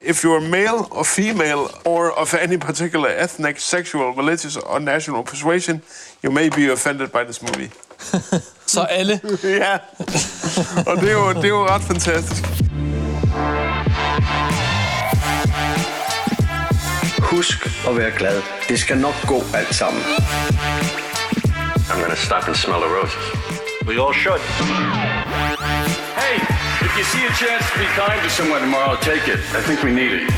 if you're male or female or of any particular ethnic, sexual, religious, or national persuasion, you may be offended by this movie. Så alle. ja, og det er, jo, det er jo ret fantastisk. Husk at være glad. Det skal nok gå alt sammen. I'm gonna stop and smell the roses. We all should. Hey, if you see a chance to be kind to someone tomorrow, take it. I think we need it.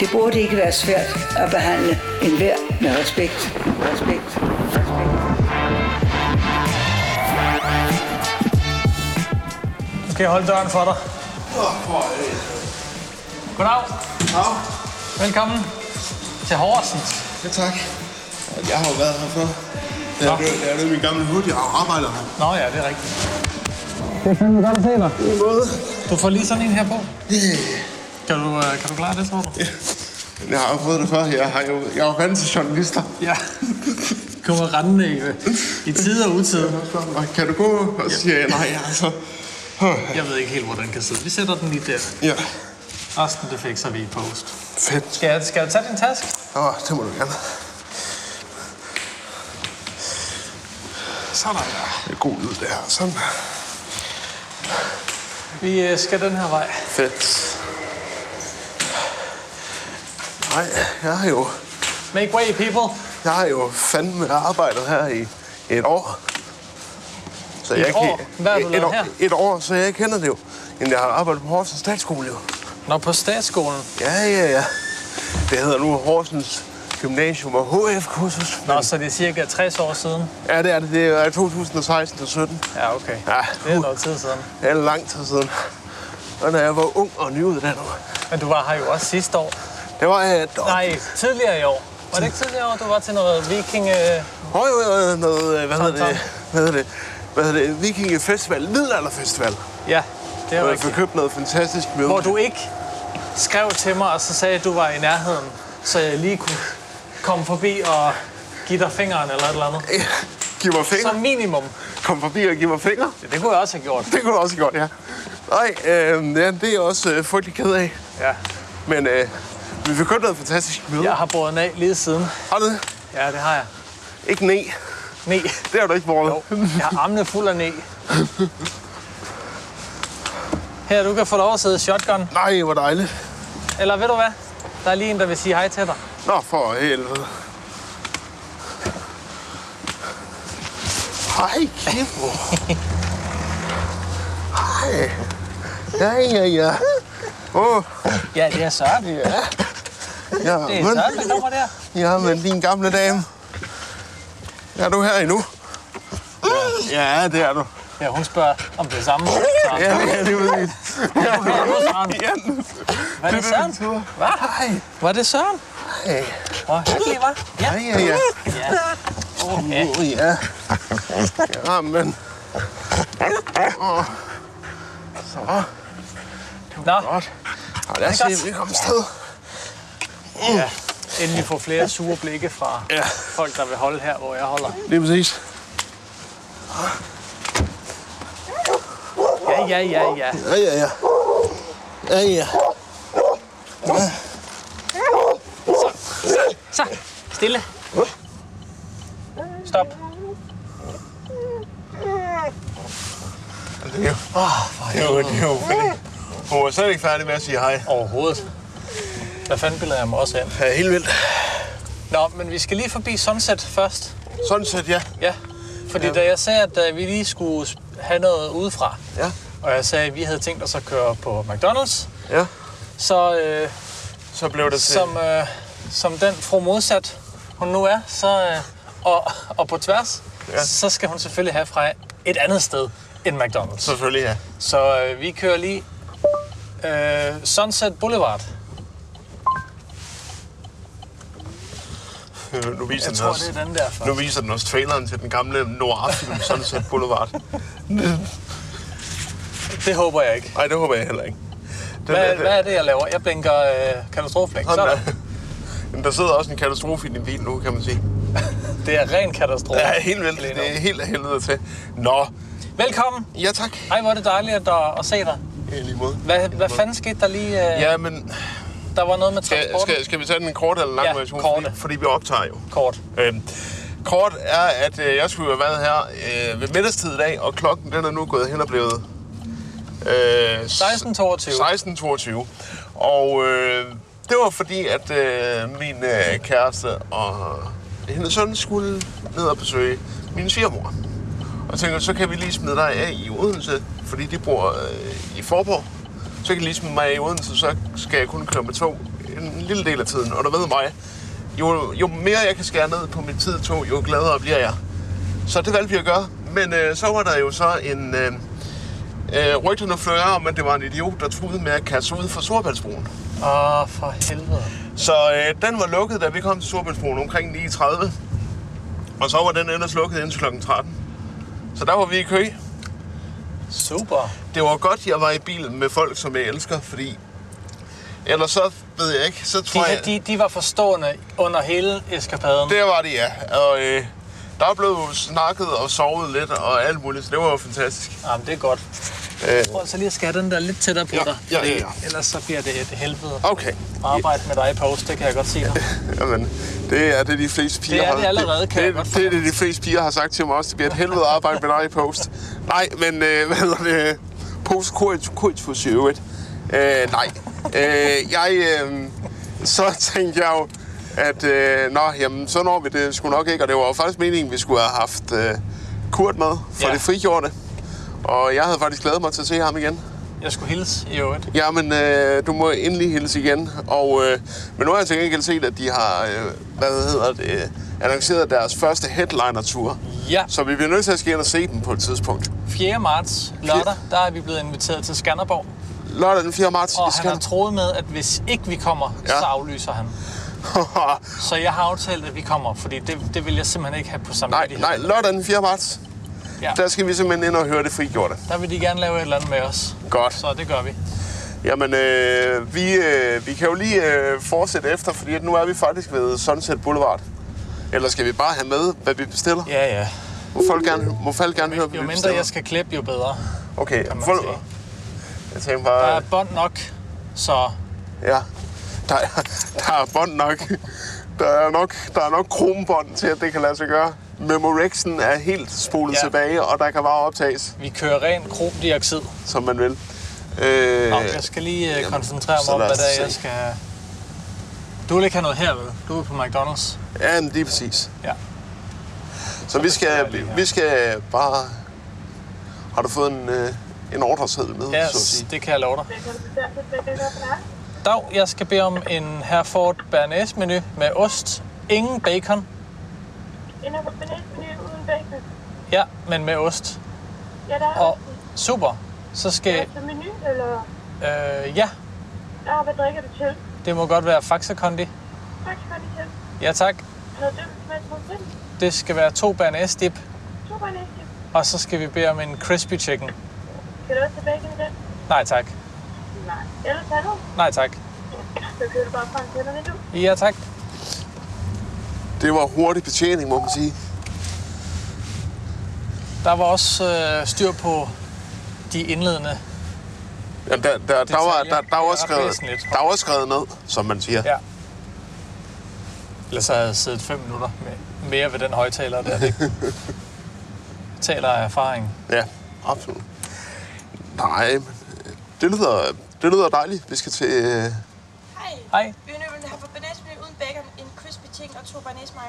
Det burde ikke være svært at behandle enhver med respekt. Respekt. Respekt. Skal jeg holde døren for dig? Goddag. Dag. Velkommen til Horsens. Ja, tak. Jeg har jo været her før. Det er, Nå. det er, det er min gamle hud, jeg arbejder her. Nå ja, det er rigtigt. Det er fandme godt at se dig. Du får lige sådan en her på. Kan du, øh, kan du klare det, tror du? Jeg har jo fået det før. Jeg, har jo, jeg er jo vant til journalister. Ja. Kommer rendende i, øh, i tid og utid. Og kan du gå? Og så siger jeg, nej, altså. Jeg ved ikke helt, hvor den kan sidde. Vi sætter den lige der. Ja, Resten, det fikser vi i post. fedt. Skal jeg, skal jeg tage din taske? Åh, det må du gerne. Sådan der. Det er god lyd, det her. Sådan. Vi øh, skal den her vej. Fedt. Nej, jeg har jo, Make way, people. jeg har jo fandme arbejdet her i et år. Så Et år? Hvad har du et, lavet år, her? et år, så jeg kender det jo. Men jeg har arbejdet på Horsens Statsskole, jo. Nå, på statsskolen. Ja, ja, ja. Det hedder nu Horsens Gymnasium og HF-kursus. Nå, så det er cirka 60 år siden. Ja, det er det. Det er 2016 og 17. Ja, okay. Ja, Det er uh, noget tid siden. det er lang tid siden. Og da jeg var ung og nyuddannet, Men du var her jo også sidste år. det var jeg... Øh, Nej, tidligere i år. Var det ikke tidligere i år, du var til noget viking... Øh... Høj, øh, noget, øh, hvad Tom, hedder det? Hvad hedder det? Hvad hedder det? Vikingefestival. Middelalderfestival. Ja, det er Hvor jeg fik rigtigt. købt noget fantastisk møde. Hvor du ikke skrev til mig, og så sagde, at du var i nærheden, så jeg lige kunne komme forbi og give dig fingeren eller et eller andet. Giv mig fingre. Som minimum. Kom forbi og giv mig fingre. Ja, Det kunne jeg også have gjort. Det kunne du også godt, ja. Nej, øh, ja, det er jeg også øh, frygtelig ked af. Ja. Men øh, vi fik købt noget fantastisk møde. Jeg har båret den af lige siden. Har du det? Ja, det har jeg. Ikke E. ne. Ne. Det har du ikke brugt. Jo, jeg har armene fuld af ne. Her, du kan få lov at sidde shotgun. Nej, hvor dejligt. Eller ved du hvad? Der er lige en, der vil sige hej til dig. Nå, for helvede. Hej, Kipro. Hej. Ja, ja, ja. Åh, oh, Ja, det er Søren. Det ja. Ja, er men, Søren, der kommer der. ja, men din gamle dame. Er du her endnu? Ja, det er du. Ja, hun spørger om det samme. Søren. Ja, det er det præcis. Ja, Hallo, Søren. ja. Var det Søren? Hvad? Hej. Var det Søren? Hej. Hvor hyggelig, var? Ja. Ja, ja, ja. Åh, oh, ja. Jamen. Åh. Så. Nå, Godt. Og lad os Det er godt. se, vi kommer afsted. ja. inden vi får flere sure blikke fra Ja. folk, der vil holde her, hvor jeg holder. Lige præcis. Ja, ja, ja, ja. Ja, ja, ja. Ja, ja. Så, stille. Stop. Det er jo, det er jo, det er jo fordi hun var slet ikke færdig med at sige hej. Overhovedet. Hvad fanden bilder jeg mig også af? Ja, helt vildt. Nå, men vi skal lige forbi Sunset først. Sådan set, ja. Ja, fordi ja. da jeg sagde, at øh, vi lige skulle have noget udefra, Ja. og jeg sagde, at vi havde tænkt os at køre på McDonald's, Ja. så øh, Så blev det til. som, øh, som den fru modsat, hun nu er, så, øh, og, og på tværs, ja. Ja. så skal hun selvfølgelig have fra et andet sted end McDonald's. Selvfølgelig, ja. Så øh, vi kører lige øh, Sunset Boulevard. Øh, Nu viser Jeg den tror, os. det er den der Nu først. viser den os traileren til den gamle noir-film Sunset Boulevard. Det håber jeg ikke. Nej, det håber jeg heller ikke. Den, Hvad, den- hvad er det, jeg laver? Jeg blinker øh, katastroflæg. Sådan Sådan. der. Men der sidder også en katastrofe i din bil nu, kan man sige. Det er ren katastrofe. Ja, helt vildt. lige nu. Det er helt af helvede til. Nå, Velkommen. ja tak. Hej, hvor er det dejligt at, at se dig. I lige måde. Hvad, hvad fanden skete der lige? Øh... Ja, men der var noget med Skal, transporten. skal, skal vi tage den korte eller lange Ja, version? korte. Fordi, fordi vi optager jo. Kort. Øhm, kort er, at øh, jeg skulle have været her øh, ved middagstid i dag, og klokken den er nu gået hen og blevet... Øh, 16.22. 16.22. Og øh, det var fordi, at øh, min øh, kæreste og hendes søn skulle ned og besøge min svigermor. Og jeg tænker, så kan vi lige smide dig af i Odense, fordi de bor øh, i Forborg. Så kan de lige smide mig af i Odense, så skal jeg kun køre med tog en lille del af tiden. Og du ved mig, jo, jo mere jeg kan skære ned på mit tid i tog, jo gladere bliver jeg. Så det valgte vi at gøre. Men øh, så var der jo så en... Øh, øh, rygterne flører om, at det var en idiot, der truede med at kaste sig ud fra Storbæltsbroen. Åh, oh, for helvede. Så øh, den var lukket, da vi kom til Storbæltsbroen omkring 9.30. Og så var den ellers lukket indtil kl. 13. Så der var vi i kø. Super. Det var godt, jeg var i bilen med folk, som jeg elsker, fordi... Ellers så ved jeg ikke, så De, tror jeg... de, de var forstående under hele eskapaden. Det var det, ja. Og øh, der blev snakket og sovet lidt og alt muligt, så det var jo fantastisk. Jamen, det er godt. Øh, Prøv så lige at skære den der lidt tættere på Ja, dig. ja, ja, ja. fordi Ellers så bliver det et helvede. okay. at Arbejde med dig i post, det kan jeg godt sige dig. Jamen, det er det, de fleste piger Det er har... det allerede, kan jeg det, godt det, det er det, de fleste piger har sagt til mig også. Det bliver et helvede at arbejde med dig i post. Nej, men øh, hvad hedder det? Post kursus i øvrigt. Øh, nej. Øh, jeg, øh, så tænkte jeg jo, at øh, nå, jamen, så når vi det sgu nok ikke. Og det var jo faktisk meningen, vi skulle have haft øh, Kurt med fra Ja. ja. det frigjorte. Og jeg havde faktisk glædet mig til at se ham igen. Jeg skulle hilse i øvrigt. Jamen, øh, du må endelig hilse igen. Og, øh, men nu har jeg til gengæld set, at de har øh, hvad hedder det, øh, annonceret deres første headliner-tur. Ja, Så vi bliver nødt til at skal ind og se dem på et tidspunkt. 4. marts, lørdag, der er vi blevet inviteret til Skanderborg. Lørdag den 4. marts. Og vi han har troet med, at hvis ikke vi kommer, Ja. så aflyser han. Så jeg har aftalt, at vi kommer, fordi det, det vil jeg simpelthen ikke have på samme nej, nej, lørdag den 4. marts. Ja. Der skal vi simpelthen ind og høre det frigjorte. Der vil de gerne lave et eller andet med os. Godt. Så det gør vi. Jamen, øh, vi, øh, vi kan jo lige øh, fortsætte efter, fordi at nu er vi faktisk ved Sunset Boulevard. Eller skal vi bare have med, hvad vi bestiller? Ja, ja. Må folk gerne, må folk gerne høre, hvad Jo vi mindre bestiller? jeg skal klippe, jo bedre. Okay, man folk... sige. Jeg tænker Der bare... er bånd nok, så Ja. Der er, der er bånd nok. Der er nok, der er nok kronbånd til, at det kan lade sig gøre. Memorexen er helt spolet Ja. ja. tilbage, og der kan bare optages, vi kører ren kromdioxid. som man vil. Øh, Nå, jeg skal lige øh, jamen, koncentrere mig så om, lad hvad os der er, se. jeg skal... Du vil ikke have noget her, vel? Du er på McDonald's. ja, men lige præcis. Ja. Så vi jeg skal, lige her. vi skal bare... Har du fået en, øh, en ordresed med, Ja, så at sige? det kan jeg love dig. Dag, jeg skal bede om en Herford Bernays menu med ost. Ingen bacon. Ja, men med ost. Ja, der er Og og... super. Så skal... altså menu, eller... Øh, ja, Ja, hvad drikker du til? det må godt være Faxe Kondi. Tak skal du til. Ja tak. Noget dømt med på sind. Det skal være to Bernays dip. Super næste. Og så skal vi bede om en crispy chicken. Kan du også tilbage med den? Nej tak. Nej. Ellers hallo? Nej tak. Så kører du bare frem til dig nu. Ja tak. Det var hurtig betjening, må man sige. Der var også øh, styr på de indledende. Jamen, der, der, der, var, der, der, var Det er ret skrevet, væsentligt. der var skrevet ned, som man siger. Ja. Ellers så havde jeg siddet fem minutter med, mere ved den højtaler der. Det taler af erfaring. Ja, absolut. Nej, men øh, det lyder, det lyder dejligt. Vi skal til... øh, Hej. Hej, Vi vil have på bananmenu uden bacon, en crispy chicken og to banæs mayo.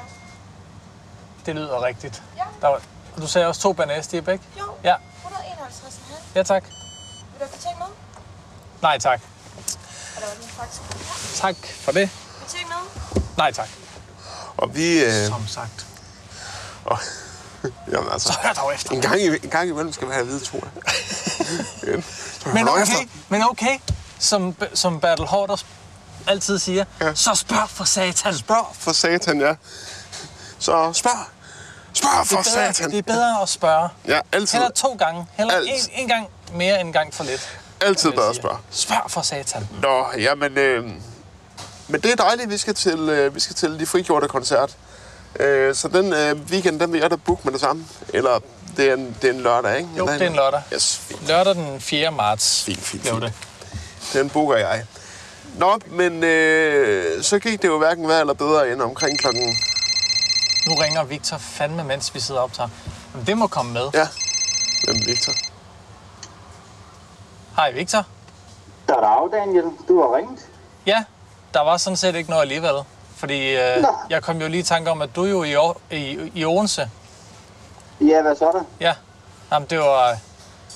det lyder rigtigt. Ja. Der var, og du sagde også to banæstip, ikke? Jo, Ja, 151 en halv. ja tak. Vil du have ting med? Nej tak. Eller var det faktisk? Tak for det. Vil ting med? Nej tak. Og vi... Øh, Som sagt. og, jamen altså, Hør dog efter. en gang, i- en gang imellem skal vi have at vide, tror jeg. Øhm, Men Nå, okay, efter. men okay som, som Bertel Hårder altid siger, ja. Ja. så spørg for satan. Spørg for satan, ja. Så spørg. Spørg for det, er bedre, satan. det er bedre at spørge. Ja, altid, Heller to gange. Heller Alt. en, en gang mere end en gang for lidt. altid vil jeg bedre at sige. spørge. Spørg for satan. Nå, jamen... Øh, men det er dejligt, vi skal til, øh, vi skal til de frigjorte koncert. Øh, så den øh, weekend, den vil jeg da booke med det samme. Eller det er en, det er en lørdag, ikke? Jo, Eller det er en lørdag. Yes, fint. Lørdag den 4. marts. Fint, fint, blev fint. det. Den booker jeg. Nå, men øh, så gik det jo hverken værre eller bedre end omkring klokken... Nu ringer Victor fandme, mens vi sidder og optager. Jamen, det må komme med. Ja, hvem Victor? Hej, Victor. Dag, Daniel. Du har ringet. Ja, der var sådan set ikke noget alligevel. Fordi øh, Nå. jeg kom jo lige i tanke om, at du er jo i, Aar- i, i Odense. Ja, hvad så der? Ja, Jamen, det, var,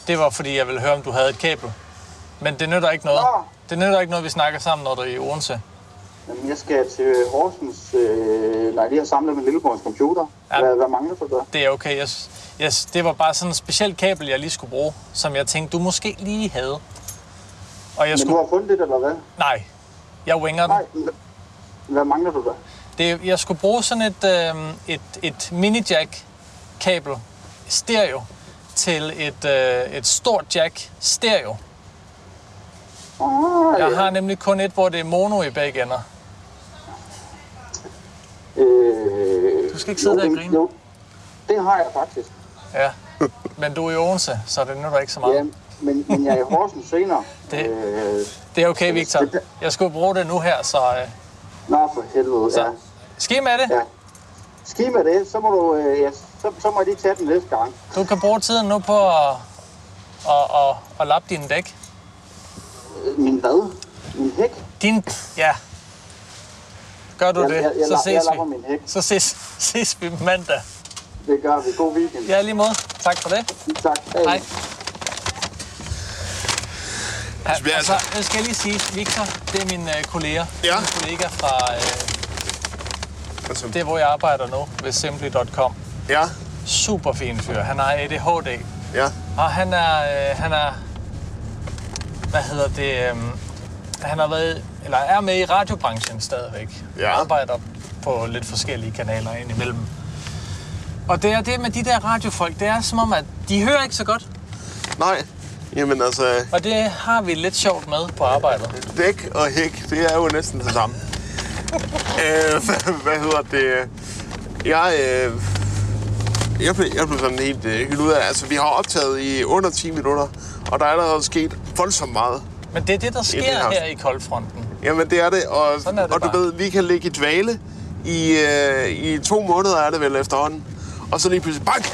det var fordi, jeg ville høre, om du havde et kabel. Men det nytter ikke noget. Nå. Det nytter ikke noget, vi snakker sammen, når du er i Odense. Jamen, jeg skal til Horsens. Øh, nej, lige har samlet min lillebrors computer. Ja. Hvad, hvad mangler for dig? Det er okay. Jeg, s- jeg, s- det var bare sådan et specielt kabel, jeg lige skulle bruge, som jeg tænkte, du måske lige havde. Og jeg Men du skulle... har fundet det, eller hvad? Nej, jeg winger den. Nej. men- Hvad mangler du der? Det, jeg skulle bruge sådan et, øh, et, et mini-jack-kabel stereo til et, øh, et stort jack stereo. Ah, Jeg har nemlig kun et, hvor det er mono i begge ender. øh, Du skal ikke sidde der og det- grine. øh, Jo, det har jeg faktisk. Ja. Men du er i Odense, så det nytter ikke så meget. Ja, men, men jeg er i Horsens senere. Det- Øh, Det er okay, Victor. Jeg skulle bruge det nu her, så øh, nå, for helvede. Så- Ja. ski med det. ja. Ski med det, så må, du, øh, ja, så, så må jeg lige tage den næste gang. Du kan bruge tiden nu på at, at, at, at lappe dine dæk. Øh, Min hvad? Min hæk? Din... Ja. Gør du Jeg- det, jeg- jeg så la- jeg ses lapper min hæk. vi. Så ses, ses vi mandag. Det gør vi. God weekend. Ja, lige måde. Tak for det. Tak. Hej. Hej. Ja, bliver altså, jeg skal jeg lige sige, Victor, det er min øh, kollega. Ja. Min kollega fra øh, Altså, det, hvor jeg arbejder nu, ved Simply.com. Ja, Super fin fyr. Han har ADHD. ja. Og han er, øh, han er, hvad hedder det, øh, han har været, eller er med i radiobranchen stadigvæk. Ja. Arbejder på lidt forskellige kanaler indimellem. Og det er det med de der radiofolk, det er som om, at de hører ikke så godt. Nej, jamen altså, Og det har vi lidt sjovt med på arbejdet. dæk og hæk, det er jo næsten det samme. øh, hvad- hvad hedder det? Jeg, øh, jeg, blev, jeg blev sådan helt øh, hyldet ud af, altså vi har optaget i under 10 minutter, og der er allerede sket voldsomt meget. Men det er det, der sker det er også- her i Koldfronten. Jamen det er det, og, Sådan er det og du bare. ved, vi kan ligge i dvale i, øh, i to måneder er det vel efterhånden. Og så lige pludselig, bang,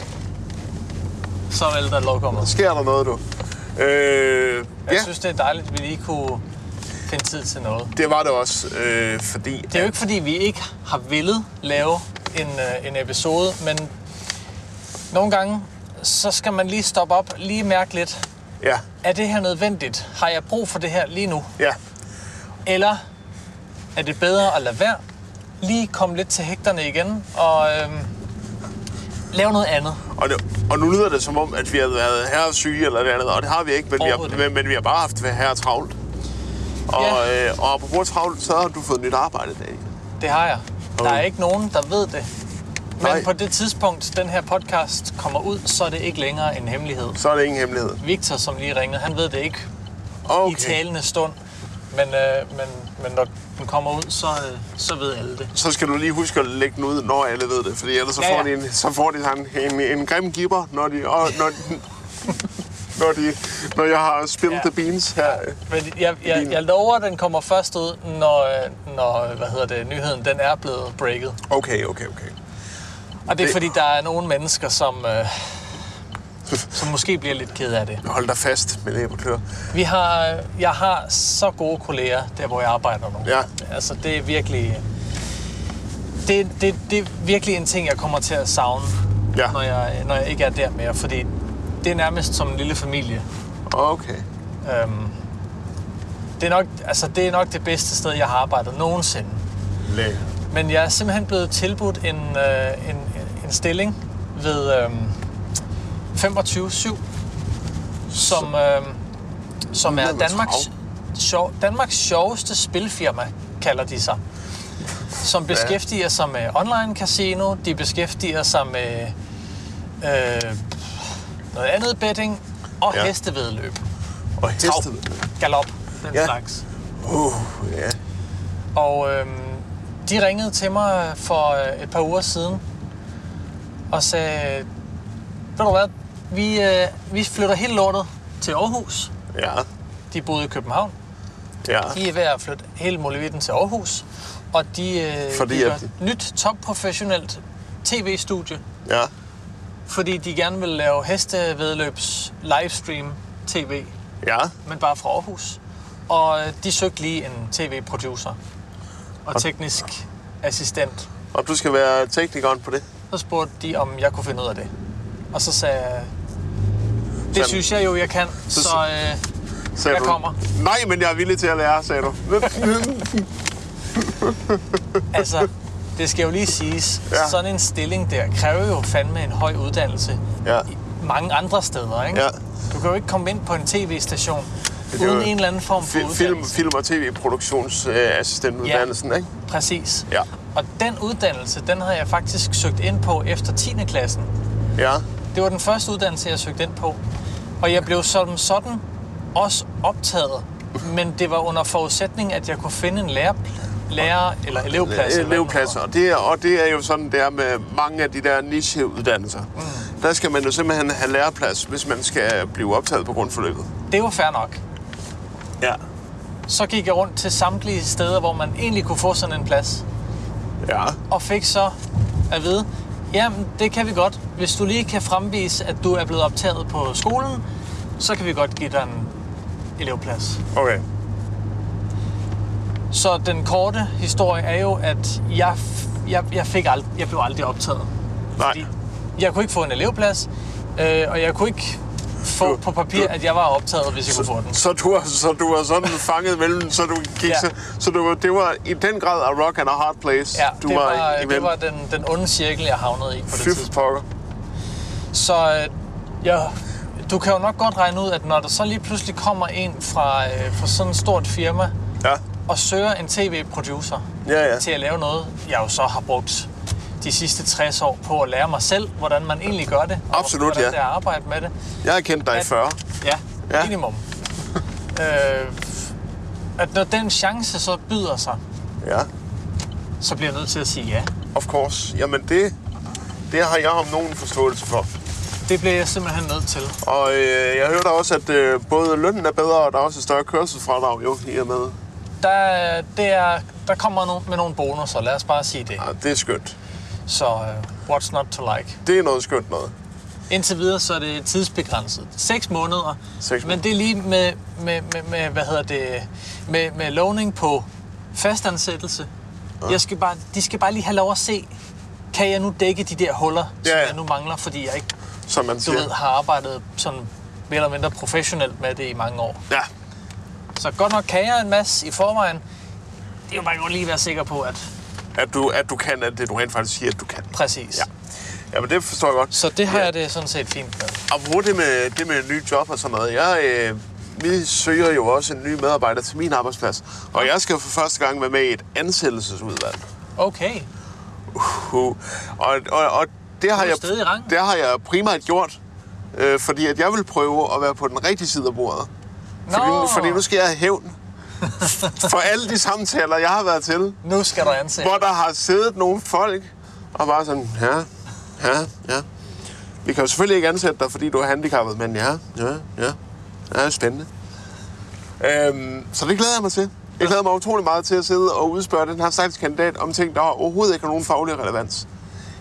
Så er der lokummet. sker der noget, du. Øh, Jeg ja, synes, det er dejligt, at vi lige kunne finde tid til noget. det var det også, øh, fordi... Det er jo ikke, fordi vi ikke har villet lave en, øh, en episode, men nogle gange, så skal man lige stoppe op, lige mærke lidt, Ja, er det her nødvendigt? Har jeg brug for det her lige nu? ja, Eller er det bedre at lade være? Lige komme lidt til hægterne igen og øhm, lave noget andet. Og, det, og nu lyder det som om, at vi har været her syge eller det andet, og det har vi ikke, men vi har, Overhovedet men, men vi har bare haft her travlt. Og, Ja. øh, og apropos travlt, så har du fået nyt arbejde, Daniel. Det har jeg. Der er Okay. ikke nogen, der ved det. Men Nej. på det tidspunkt, den her podcast kommer ud, så er det ikke længere en hemmelighed. Så er det ingen hemmelighed. Victor, som lige ringede, han ved det ikke okay. i Okay, talende stund. Men, øh, men, men når den kommer ud, så, øh, så ved alle det. så skal du lige huske at lægge den ud, når alle ved det, fordi ellers så Ja, får ja. de en, så får de sådan en, en grim gibber, når de... Og, når, når, de, når jeg har spillet Ja. ja. the beans her. Men jeg, jeg, jeg lover, at den kommer først ud, når, øh, når øh, hvad hedder det, nyheden den er blevet breaket. Okay, okay, okay. Og det er Det- fordi, der er nogle mennesker, som, øh, som måske bliver lidt ked af det. Hold dig fast med næb og klør. Vi har, øh, jeg har så gode kolleger, der hvor jeg arbejder nu. Ja. Altså, det er virkelig... Det, det, det er virkelig en ting, jeg kommer til at savne, Ja. når, jeg, når jeg ikke er der mere. Fordi det er nærmest som en lille familie. Okay. Øhm, det, er nok, altså, det er nok det bedste sted, jeg har arbejdet nogensinde. Lækker. Men jeg er simpelthen blevet tilbudt en, øh, en, en stilling ved øh, 25-7, som, øh, som er lyder Danmarks, trav. sjov, Danmarks sjoveste spilfirma, kalder de sig. Som beskæftiger sig med online casino, de beskæftiger sig med øh, noget andet betting og ja. Ja. hestevedløb. Og hestet. Galop, den ja. Ja. slags. Uh, ja. Og øhm, de ringede til mig for øh, et par uger siden og sagde, ved du hvad, vi, øh, vi flytter hele lortet til Aarhus. Ja. De boede i København. Ja. De er ved at flytte hele muligheden til Aarhus, og de øh, Fordi bygger at de- nyt topprofessionelt tv-studie, Ja. fordi de gerne vil lave hestevedløbs livestream tv, Ja. men bare fra Aarhus. Og øh, de søgte lige en tv-producer og teknisk assistent. Og du skal være teknikeren på det. Så spurgte de, om jeg kunne finde ud af det. Og så sagde jeg, det Jamen, synes jeg jo, jeg kan, så, så øh, Sagde Jeg du. kommer. Nej, men jeg er villig til at lære, sagde du. Altså, det skal jo lige siges, Ja. ja. sådan en stilling der kræver jo fandme en høj uddannelse Ja. i mange andre steder, ikke? Ja. Du kan jo ikke komme ind på en tv-station Det er uden jo en eller anden form for Fi- film, uddannelse. film og tv-produktionsassistentuddannelsen, ikke? Præcis. Ja. Og den uddannelse, den havde jeg faktisk søgt ind på efter 10. klassen. Ja. Det var den første uddannelse, jeg søgte ind på. Og jeg blev som sådan også optaget. Men det var under forudsætning, at jeg kunne finde en lærer, lærer eller elevplads. eller hvad den Øh, Elevpladser. Og det, er, og det er jo sådan, det er med mange af de der nicheuddannelser. Mm. Der skal man jo simpelthen have læreplads, hvis man skal blive optaget på grundforløbet. hedder. Det var fair nok. Ja. Så gik jeg rundt til samtlige steder, hvor man egentlig kunne få sådan en plads. Ja. Og fik så at vide, jamen det kan vi godt. Hvis du lige kan fremvise, at du er blevet optaget på skolen, så kan vi godt give dig en elevplads. Okay. Så den korte historie er jo, at jeg, f- jeg, jeg, fik ald- jeg blev aldrig optaget. Nej. Fordi jeg kunne ikke få en elevplads, øh, og jeg kunne ikke få på papir, at jeg var optaget, hvis jeg kunne få den. Så du, var- så du var sådan fanget mellem, så du gik Ja. så, så du, var- det var i den grad a rock and a hard place, Ja, du det var, var, det imellem. var den, den onde cirkel, jeg havnede i på det Fy tidspunkt. for pokker. Så øh, ja, du kan jo nok godt regne ud, at når der så lige pludselig kommer en fra, øh, fra sådan et stort firma Ja. og søger en tv-producer Ja, ja. til at lave noget, jeg jo så har brugt de sidste 60 år på at lære mig selv, hvordan man egentlig gør det. Og Absolut, hvordan ja. det er at arbejde med det. Jeg har kendt dig i At- 40. Ja, Ja. ja. minimum. øh, at når den chance så byder sig, Ja. så bliver jeg nødt til at sige ja. Of course. Jamen det, det har jeg om nogen forståelse for. Det bliver jeg simpelthen nødt til. Og øh, jeg hørte også, at øh, både lønnen er bedre, og der er også et større kørselsfradrag, jo, i og med. Der, det er, der kommer no, med nogle bonusser, lad os bare sige det. Ja, det er skønt. Så uh, what's not to like? Det er noget skønt noget. Indtil videre så er det tidsbegrænset. 6 måneder. Seks måneder. Men det er lige med, med, med, med hvad hedder det, med, med lovning på fastansættelse. Ja. Jeg skal bare, de skal bare lige have lov at se, kan jeg nu dække de der huller, ja, Ja, som ja. jeg nu mangler, fordi jeg ikke Som man du siger. ved, har arbejdet sådan mere eller mindre professionelt med det i mange år. Ja, Så godt nok kan jeg en masse i forvejen. Det er jo bare godt lige være sikker på, at at du, at du kan at det, du rent faktisk siger, at du kan. præcis. Ja. Ja. Jamen, det forstår jeg godt. Så det har jeg det sådan set fint med. Apropos det med, det med nye job og sådan noget. Jeg, øh, vi søger jo også en ny medarbejder til min arbejdsplads. Og jeg skal for første gang være med i et ansættelsesudvalg. Okay. Puh. Og, og, og det, har er jeg, stadig i rangen. det har jeg primært gjort, øh, fordi at jeg vil prøve at være på den rigtige side af bordet. Fordi, nu- Nå. fordi nu skal jeg have hævn for alle de samtaler, jeg har været til, Nu skal du ansætte. hvor der har siddet nogle folk og bare sådan, ja, ja, ja. Vi kan jo selvfølgelig ikke ansætte dig, fordi du er handicappet, men ja, ja, ja. Ja, det er spændende. Øhm, så det glæder jeg mig til. Jeg glæder mig utrolig meget til at sidde og udspørge den her stakkels kandidat om ting, der overhovedet ikke har nogen faglig relevans.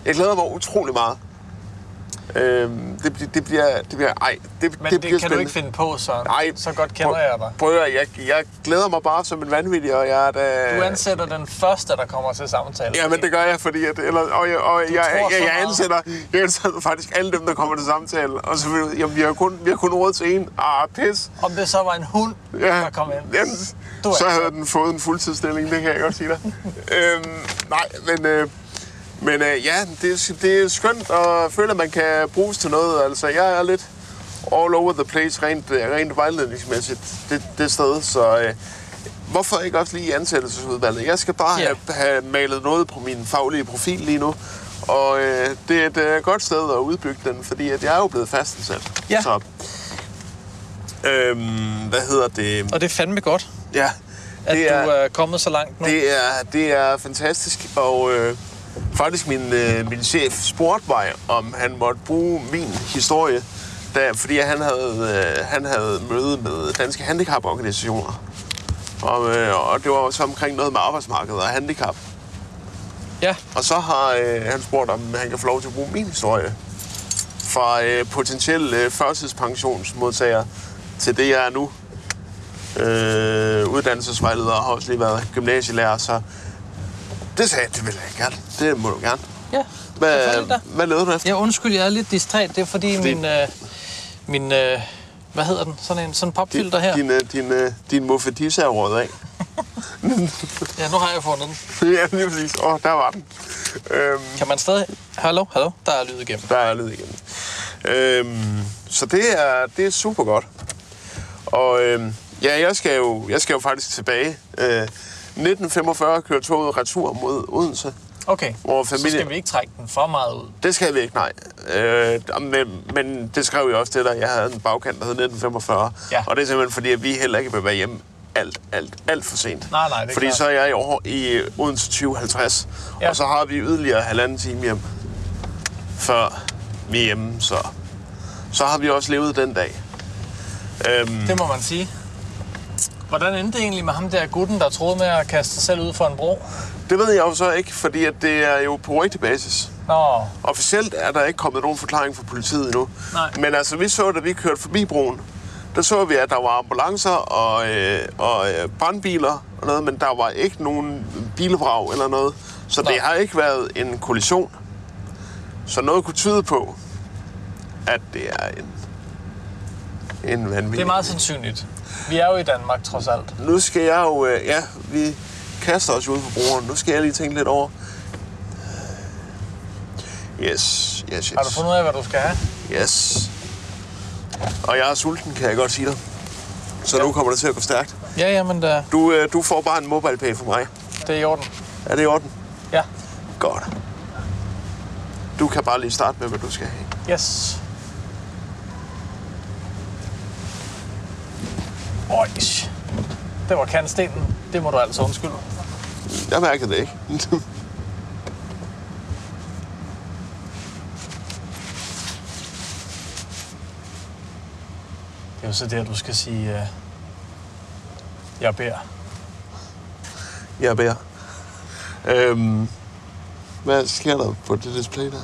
Jeg glæder mig utrolig meget. Øhm, det, bli- det, bliver, det bliver, ej, det, Men det det, bliver det kan spændende. du ikke finde på, så, Nej, så godt kender prøv- jeg dig. Prøv at høre, jeg, jeg glæder mig bare som en vanvittig, og jeg er da... Du ansætter den første, der kommer til samtale. Ja, men det gør jeg, fordi at, eller, og, jeg, og jeg, jeg, tror så jeg, meget. ansætter, jeg ansætter faktisk alle dem, der kommer til samtale. Og så vil- jamen, vi har kun, vi har kun råd til en. Ah, pis. Om det så var en hund, der kom ind. Jamen, Du er altså- så havde ansat. den fået en fuldtidsstilling, det kan jeg godt sige dig. øhm, nej, men, øh, men øh, ja, det, er- det er skønt at føle, at man kan bruges til noget. Altså, jeg er lidt all over the place rent, øh, rent vejledningsmæssigt det, det sted, så... Øh, Hvorfor ikke også lige i ansættelsesudvalget? Jeg skal bare Ja. have, have malet noget på min faglige profil lige nu. Og øh, det er et øh, godt sted at udbygge den, fordi at jeg er jo blevet fastansat. Ja. Så, øhm, hvad hedder det? Og det er fandme godt, Ja, at det er, du er kommet så langt nu. Det... det er, det er fantastisk, og øh, faktisk min, øh, min chef spurgte mig, om han måtte bruge min historie, da, fordi han havde, øh, han havde møde med Danske Handicaporganisationer. Om, øh, og det var også omkring noget med arbejdsmarkedet og handicap. Ja, Og så har øh, han spurgt, om han kan få lov til at bruge min historie fra øh, potentielle øh, førtidspensionsmodtager til det, jeg er nu. Øh, uddannelsesvejleder og har også lige været gymnasielærer, så det sagde jeg, det vil jeg gerne. Det må du gerne. ja. selvfølgelig da. Hvad, hvad lavede du efter? Ja, undskyld, jeg er lidt distræt. Det er fordi, Fordi- fordi... min... Øh, min øh, hvad hedder den? Sådan en sådan en popfilter her. Din, øh, din, øh, din muffetisse er rådet af. Ja, nu har jeg fundet den. ja, lige præcis. Åh, oh, der var den. Øhm, Kan man stadig... Hallo, hallo? Der er lyd igennem. Der er lyd igen. Øhm, så det er, det er super godt. Og øhm, ja, jeg skal, jo, jeg skal jo faktisk tilbage. Øh, 1945 kører toget retur mod Odense. Okay, Hvor så familien- skal vi ikke trække den for meget ud. Det skal vi ikke, nej. Øh, men, men det skrev jeg også til dig. Jeg havde en bagkant, der hed 1945. Ja. Og det er simpelthen fordi, at vi heller ikke vil være hjemme alt, alt, alt for sent. Nej, nej, det er Fordi klart. så er jeg i, år, i øh, Odense 2050, ja. Ja. og så har vi yderligere halvanden time hjem, før vi er hjemme. Så, så har vi også levet den dag. Mm. Øhm, Det må man sige. Hvordan endte det egentlig med ham der gutten, der troede med at kaste sig selv ud for en bro? det ved jeg jo så ikke, fordi at det er jo på rigtig basis. Nå, Officielt er der ikke kommet nogen forklaring fra politiet endnu. Nej. Men altså, vi så, da vi kørte forbi broen, der så vi, at der var ambulancer og, øh, og øh, brandbiler og noget, men der var ikke nogen bilvrag eller noget. Så Nej. det har ikke været en kollision. Så noget kunne tyde på, at det er en, en vanvittig... det er meget sandsynligt. Vi er jo i Danmark, trods alt. Nu skal jeg jo... Øh, ja, vi kaster os jo ud på broen. Nu skal jeg lige tænke lidt over... Yes, yes, yes. Har du fundet ud af, hvad du skal have? Yes. Og jeg er sulten, kan jeg godt sige dig. Så ja. nu kommer det til at gå stærkt. Ja, jamen, da, Du, øh, du får bare en mobile pay fra mig. det er i orden. Er det i orden? Ja, Godt. Du kan bare lige starte med, hvad du skal have. yes. Oish. Det var kandstenen. Det må du altså undskylde. Jeg mærkede det ikke. Det er jo så der, du skal sige, øh, jeg beder. jeg bærer. Øhm, hvad sker der på det display der?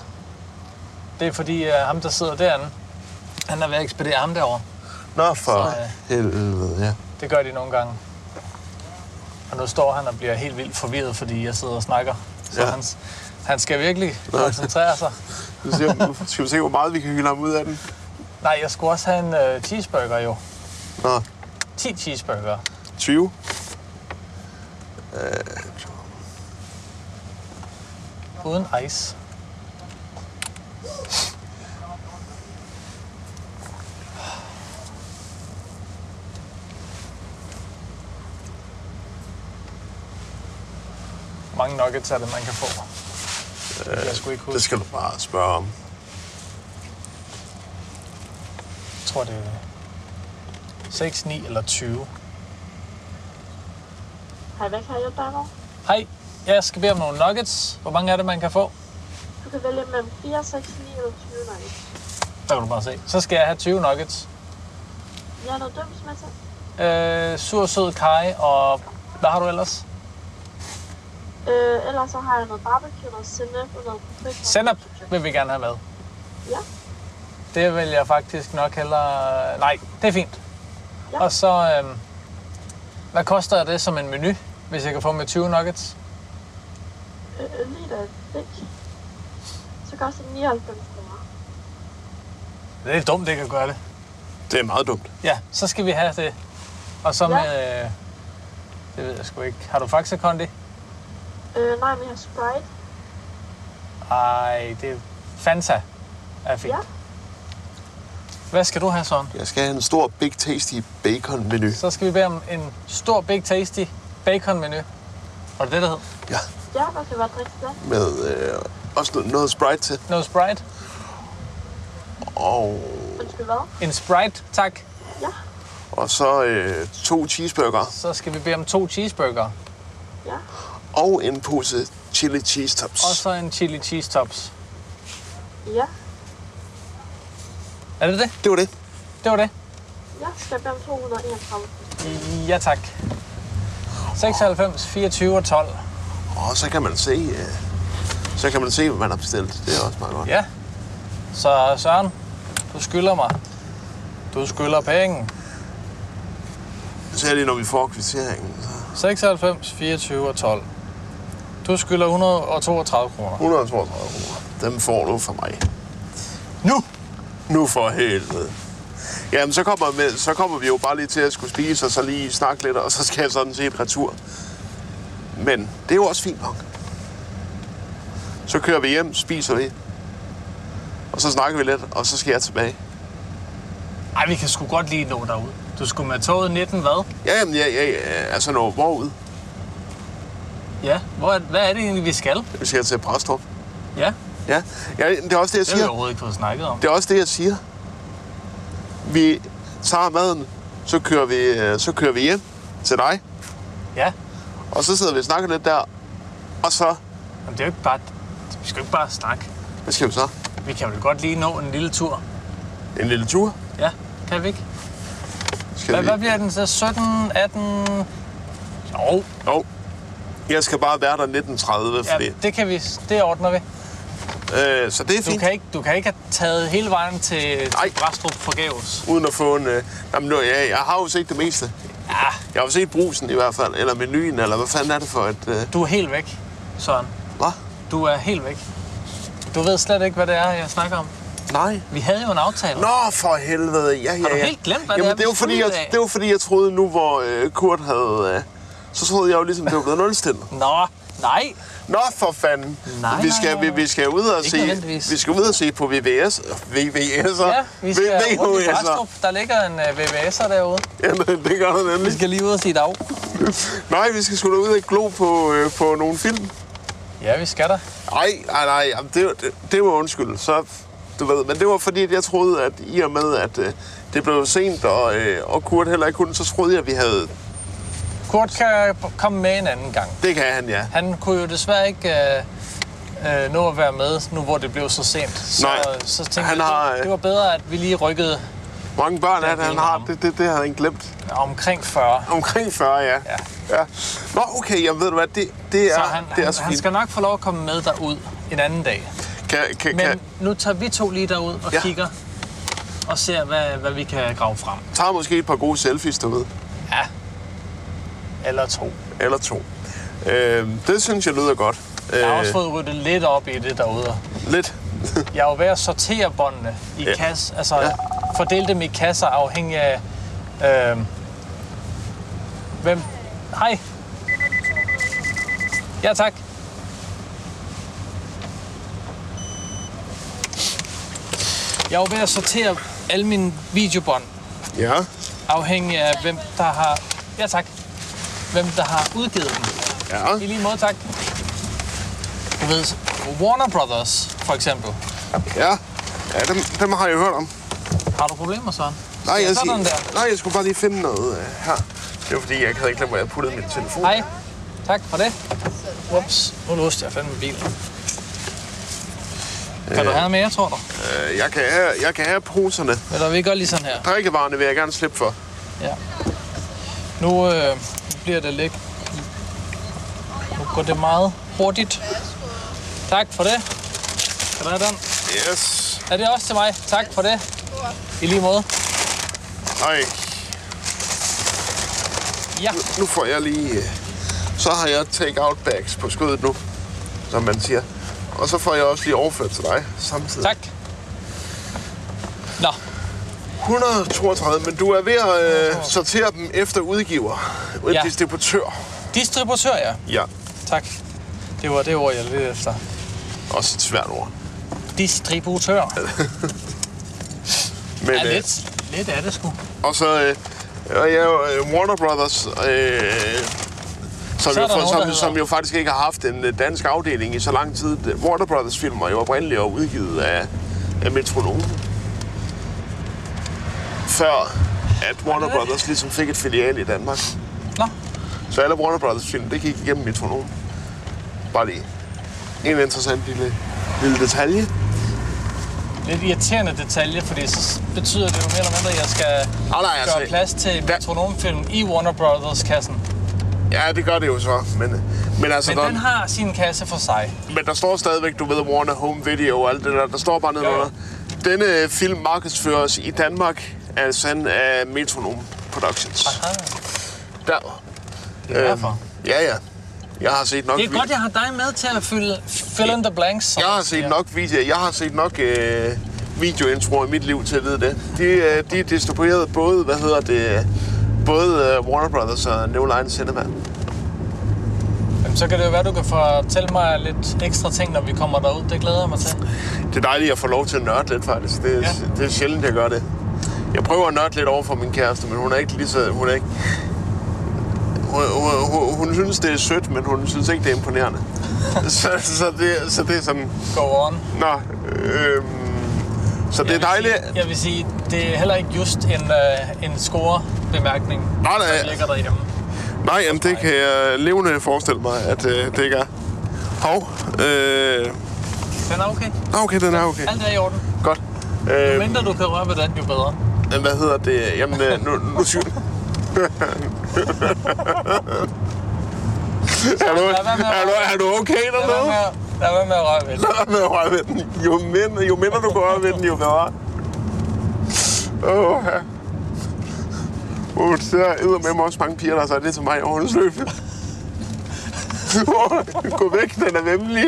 Det er fordi, øh, ham der sidder derinde, han er ved at ekspedere ham derovre. Nå, for Så, øh, helvede, ja. Det gør de nogle gange. Og nu står han og bliver helt vildt forvirret, fordi jeg sidder og snakker. Så Ja. ja. han, han skal virkelig koncentrere sig. Nu ser- nu skal vi se, hvor meget vi kan hylde ham ud af den. Nej, jeg skulle også have en øh, cheeseburger jo. Nå, 10 cheeseburger. 20. Uden ice. Mange nuggets er det, man kan få. Jeg skulle ikke huske. Øh, Det skal du bare spørge om. Jeg tror, det er 6, 9 eller 20. Hej, hvad kan jeg hjælpe dig med? Hej, jeg skal bede om nogle nuggets. Hvor mange er det, man kan få? Du kan vælge mellem 4, 6, 9 eller 20 nuggets. Der kan du bare se. Så skal jeg have 20 nuggets. Jeg har noget dumt med til. Øh, sur, sød kaj, og hvad har du ellers? Øh, ellers så har jeg noget barbecue, noget sennep og noget konfekt. Sennep vil vi gerne have med. Ja. Det vil jeg faktisk nok hellere... Nej, det er fint. Ja. Og så, øhm, hvad koster det som en menu, hvis jeg kan få med 20 nuggets? Øh, øh, lige da dæk. Så koster det 99 kroner. Det er dumt, det kan gøre det. Det er meget dumt. Ja, så skal vi have det. Og så Ja. med... Øh, det ved jeg sgu ikke. Har du Faxe Kondi? Øh, nej, men jeg har Sprite. Ej, det er Fanta er fint. Ja. Hvad skal du have, Søren? Jeg skal have en stor Big Tasty bacon-menu. Så skal vi bede om en stor Big Tasty bacon-menu. Var det det, der hed? Ja, Ja, hvad kan være drikke til det? med øh, også noget, noget Sprite til. Noget Sprite? Og, Undskyld, hvad? En Sprite, tak. og så øh, to cheeseburger Så skal vi bede om to cheeseburger. Ja. og en pose chili cheese tops. Og så en chili cheese tops. Ja. Er det det? Det var det. Det var det. Jeg skal bede om 231. Ja, tak. 96, 24 og 12. Og så kan man se, øh, så kan man se, hvad man har bestilt. Det er også meget godt. Ja. Så Søren, du skylder mig. Du skylder penge. Så er det, når vi får kvitteringen. så 96, 24 og 12. Du skylder 132 kroner. 132 kroner. Dem får du fra mig. Nu! Nu for helvede. Jamen, så kommer, med, så kommer vi jo bare lige til at skulle spise, og så lige snakke lidt, og så skal jeg sådan set retur. Men det er jo også fint nok. Så kører vi hjem, spiser vi, og så snakker vi lidt, og så skal jeg tilbage. Ej, vi kan sgu godt lige nå derud. Du skulle med toget 19 hvad? Ja, jamen, jeg, jeg, altså, når hvorud? Ja. Hvor, er- hvad er det egentlig, vi skal? Vi skal til Præstrup. Ja. Ja. ja, det er også det, jeg Det har vi siger. overhovedet ikke fået snakket om. Det er også det, jeg siger. Vi tager maden, så kører vi, øh, så kører vi hjem til dig, Ja. og så sidder vi og snakker lidt der, og så... Men det er jo ikke bare... Vi skal jo ikke bare snakke. Hvad skal vi så? Vi kan vel godt lige nå en lille tur. En lille tur? Ja, kan vi ikke? Skal Hvad, vi? hvad bliver den så? 17, 18... Jo, Jo. Jeg skal bare være der 19.30, fordi... ja, det kan vi. Det ordner vi. Øh, så det er Du fint, kan, ikke, du kan ikke have taget hele vejen til, Nej. til Brastrup forgæves. uden at få en... Øh, jamen, nu, jeg, jeg har jo set det meste. Ja, Jeg har jo set brusen i hvert fald, eller menuen, eller hvad fanden er det for et... Øh, du er helt væk, Søren. hvad? Du er helt væk. Du ved slet ikke, hvad det er, jeg snakker om. Nej. Vi havde jo en aftale. Nå, for helvede. Ja, ja, du ja. helt glemt, hvad det Jamen, er, det, var vi fordi, skulle jeg, ud af? det var fordi, jeg troede nu, hvor øh, Kurt havde... Øh, så troede jeg jo ligesom, det var blevet nulstillet. Nå, nej. Nå, for fanden. Nej, vi nej, skal, nej, Vi, nej. vi skal ud og Ikke se, nødvendigvis. vi skal ud og se på VVS. VVS'er. Ja, vi skal V- rundt i VHS'er. Brastrup. Der ligger en øh, VVS'er derude. Ja, det gør der Vi nemlig. skal lige ud og sige dag. Nej, vi skal sgu da ud og glo på, øh, på nogle film. Ja, vi skal der. Nej, nej, nej, jamen, det, var- det, det var undskyld, så du ved, men det var fordi, at jeg troede, at i og med, at øh, det blev sent, og, øh, og Kurt heller ikke kunne, så troede jeg, at vi havde, Kurt kan komme med en anden gang. det kan han, ja. Han kunne jo desværre ikke øh, øh, nå at være med, nu hvor det blev så sent. Så, øh, Nej. så tænkte Han jeg, har, det- øh, det var bedre, at vi lige rykkede Mange børn er det, han ligner har, ham. det, det, det havde han glemt. omkring 40. Omkring 40, ja. Ja. ja. Nå, okay, jamen ved du hvad, det, det er, Så han, det er han, så han fint. skal nok få lov at komme med derud en anden dag. Kan, kan, Men kan, nu tager vi to lige derud og Ja. ja. kigger og ser, hvad, hvad vi kan grave frem. tager måske et par gode selfies derude, Ja. Eller to. eller to. Øh, det synes jeg lyder godt. Jeg har Øh, også fået ryddet lidt op i det derude. Lidt. Jeg er jo ved at sortere båndene i Ja. ja. kasse, altså Ja. ja. fordele dem i kasser afhængig af, øh, hvem... Hej. Ja, tak. Jeg er jo ved at sortere alle mine videobånd ja, afhængig af, hvem der har... Ja, tak. Hvem der har udgivet dem. ja. I lige måde, tak. Du ved, Warner Brothers, for eksempel. Ja, ja dem, dem har jeg hørt om. Har du problemer, Søren? Nej, Ja, jeg, sådan siger, der. nej, jeg skulle bare lige finde noget øh, her. Det var fordi, jeg ikke havde glemt, hvor jeg puttede min telefon. Hej. Tak for det. Ups, nu låste jeg fandme bilen. Kan du have mere, tror du? Øh, jeg, kan have, jeg kan have poserne. Eller vi gør lige sådan her. Drikkevarerne vil jeg gerne slippe for. Ja. Nu øh, bliver det lidt... Nu går det meget hurtigt. Tak for det. Kan du have den? Yes. Er det også til mig? Tak for det. I lige måde. Ej, Ja. nu- nu får jeg lige... øh, Så har jeg take-out bags på skødet nu, som man siger. Og så får jeg også lige overført til dig samtidig. Tak. Nå, 132, men du er ved at øh, sortere dem efter udgiver. Ja. Ja. Distributør. distributør, ja. Ja, Tak. Det var det ord, jeg ledte efter. også et svært ord. Distributør. Men, Ja, øh, lidt, lidt er det sgu. Og så øh, og ja, øh, Warner Brothers, øh, som, Så jo, er der for, nogen, der som, hedder- som jo faktisk ikke har haft en øh, dansk afdeling i så lang tid. Warner Brothers film var jo oprindeligt og udgivet af, af Metronomen. Før at Warner Brothers ligesom fik et filial i Danmark. Nå, Så alle Warner Brothers film, det gik igennem Metronomen. Bare lige en interessant lille, lille detalje. lidt irriterende detalje, fordi så betyder det jo mere eller mindre, at jeg skal nej, altså- gøre plads til Da- metronomfilm i Warner Brothers-kassen. Ja, det gør det jo så. Men, men altså, Men der, den har sin kasse for sig. men der står stadigvæk, du ved, Warner Home Video og alt det der. Der står bare nede Jo, jo. under. Denne øh, film markedsføres i Danmark af Sand af Metronom Productions. Aha, Der. Øh, det er derfor. Ja, ja. Jeg har set nok Det er godt, jeg har dig med til at fylde fill in the blanks. som Jeg har man set siger. nok video, jeg har set nok øh, videointroer i mit liv til at vide det. De, øh, de distribuerede både, hvad hedder det, både øh, Warner Brothers og New Line Cinema. Jamen, så kan det jo være, du kan fortælle mig lidt ekstra ting, når vi kommer derud. Det glæder jeg mig til. Det er dejligt at få lov til at nørde lidt, faktisk. Det, ja. Ja. det er sjældent, jeg gør det. Jeg prøver at nørde lidt over for min kæreste, men hun er ikke lige så... Hun, er ikke, hun, hun, hun, hun synes, det er sødt, men hun synes ikke, det er imponerende. så, så, det, så det er sådan... Go on. Nå, øh, så det er Jeg vil dejligt... Sige, jeg vil sige, det er heller ikke just en, øh, en scorebemærkning, Nej, nej. der ligger derhjemme. Nej, jamen det kan jeg levende forestille mig, at øh, det ikke er. Hov, øh, Den er okay. nå, okay, den er okay. Alt er i orden. Godt. Jo Øh, mindre du kan røre ved den, jo bedre. hvad hedder det? Jamen, øh, nu, nu syv. er, du, Lad være med at- er, du, er du okay Lad være med dernede? at, lad være med at røre ved den. Lad være med at røre ved den. Jo mindre, jo mindre du kan røre ved den, jo bedre. Åh, ja. Uh, der er med mig også mange piger, der har sagt det til mig i årens løb. Åh, Gå væk, den er vemmelig.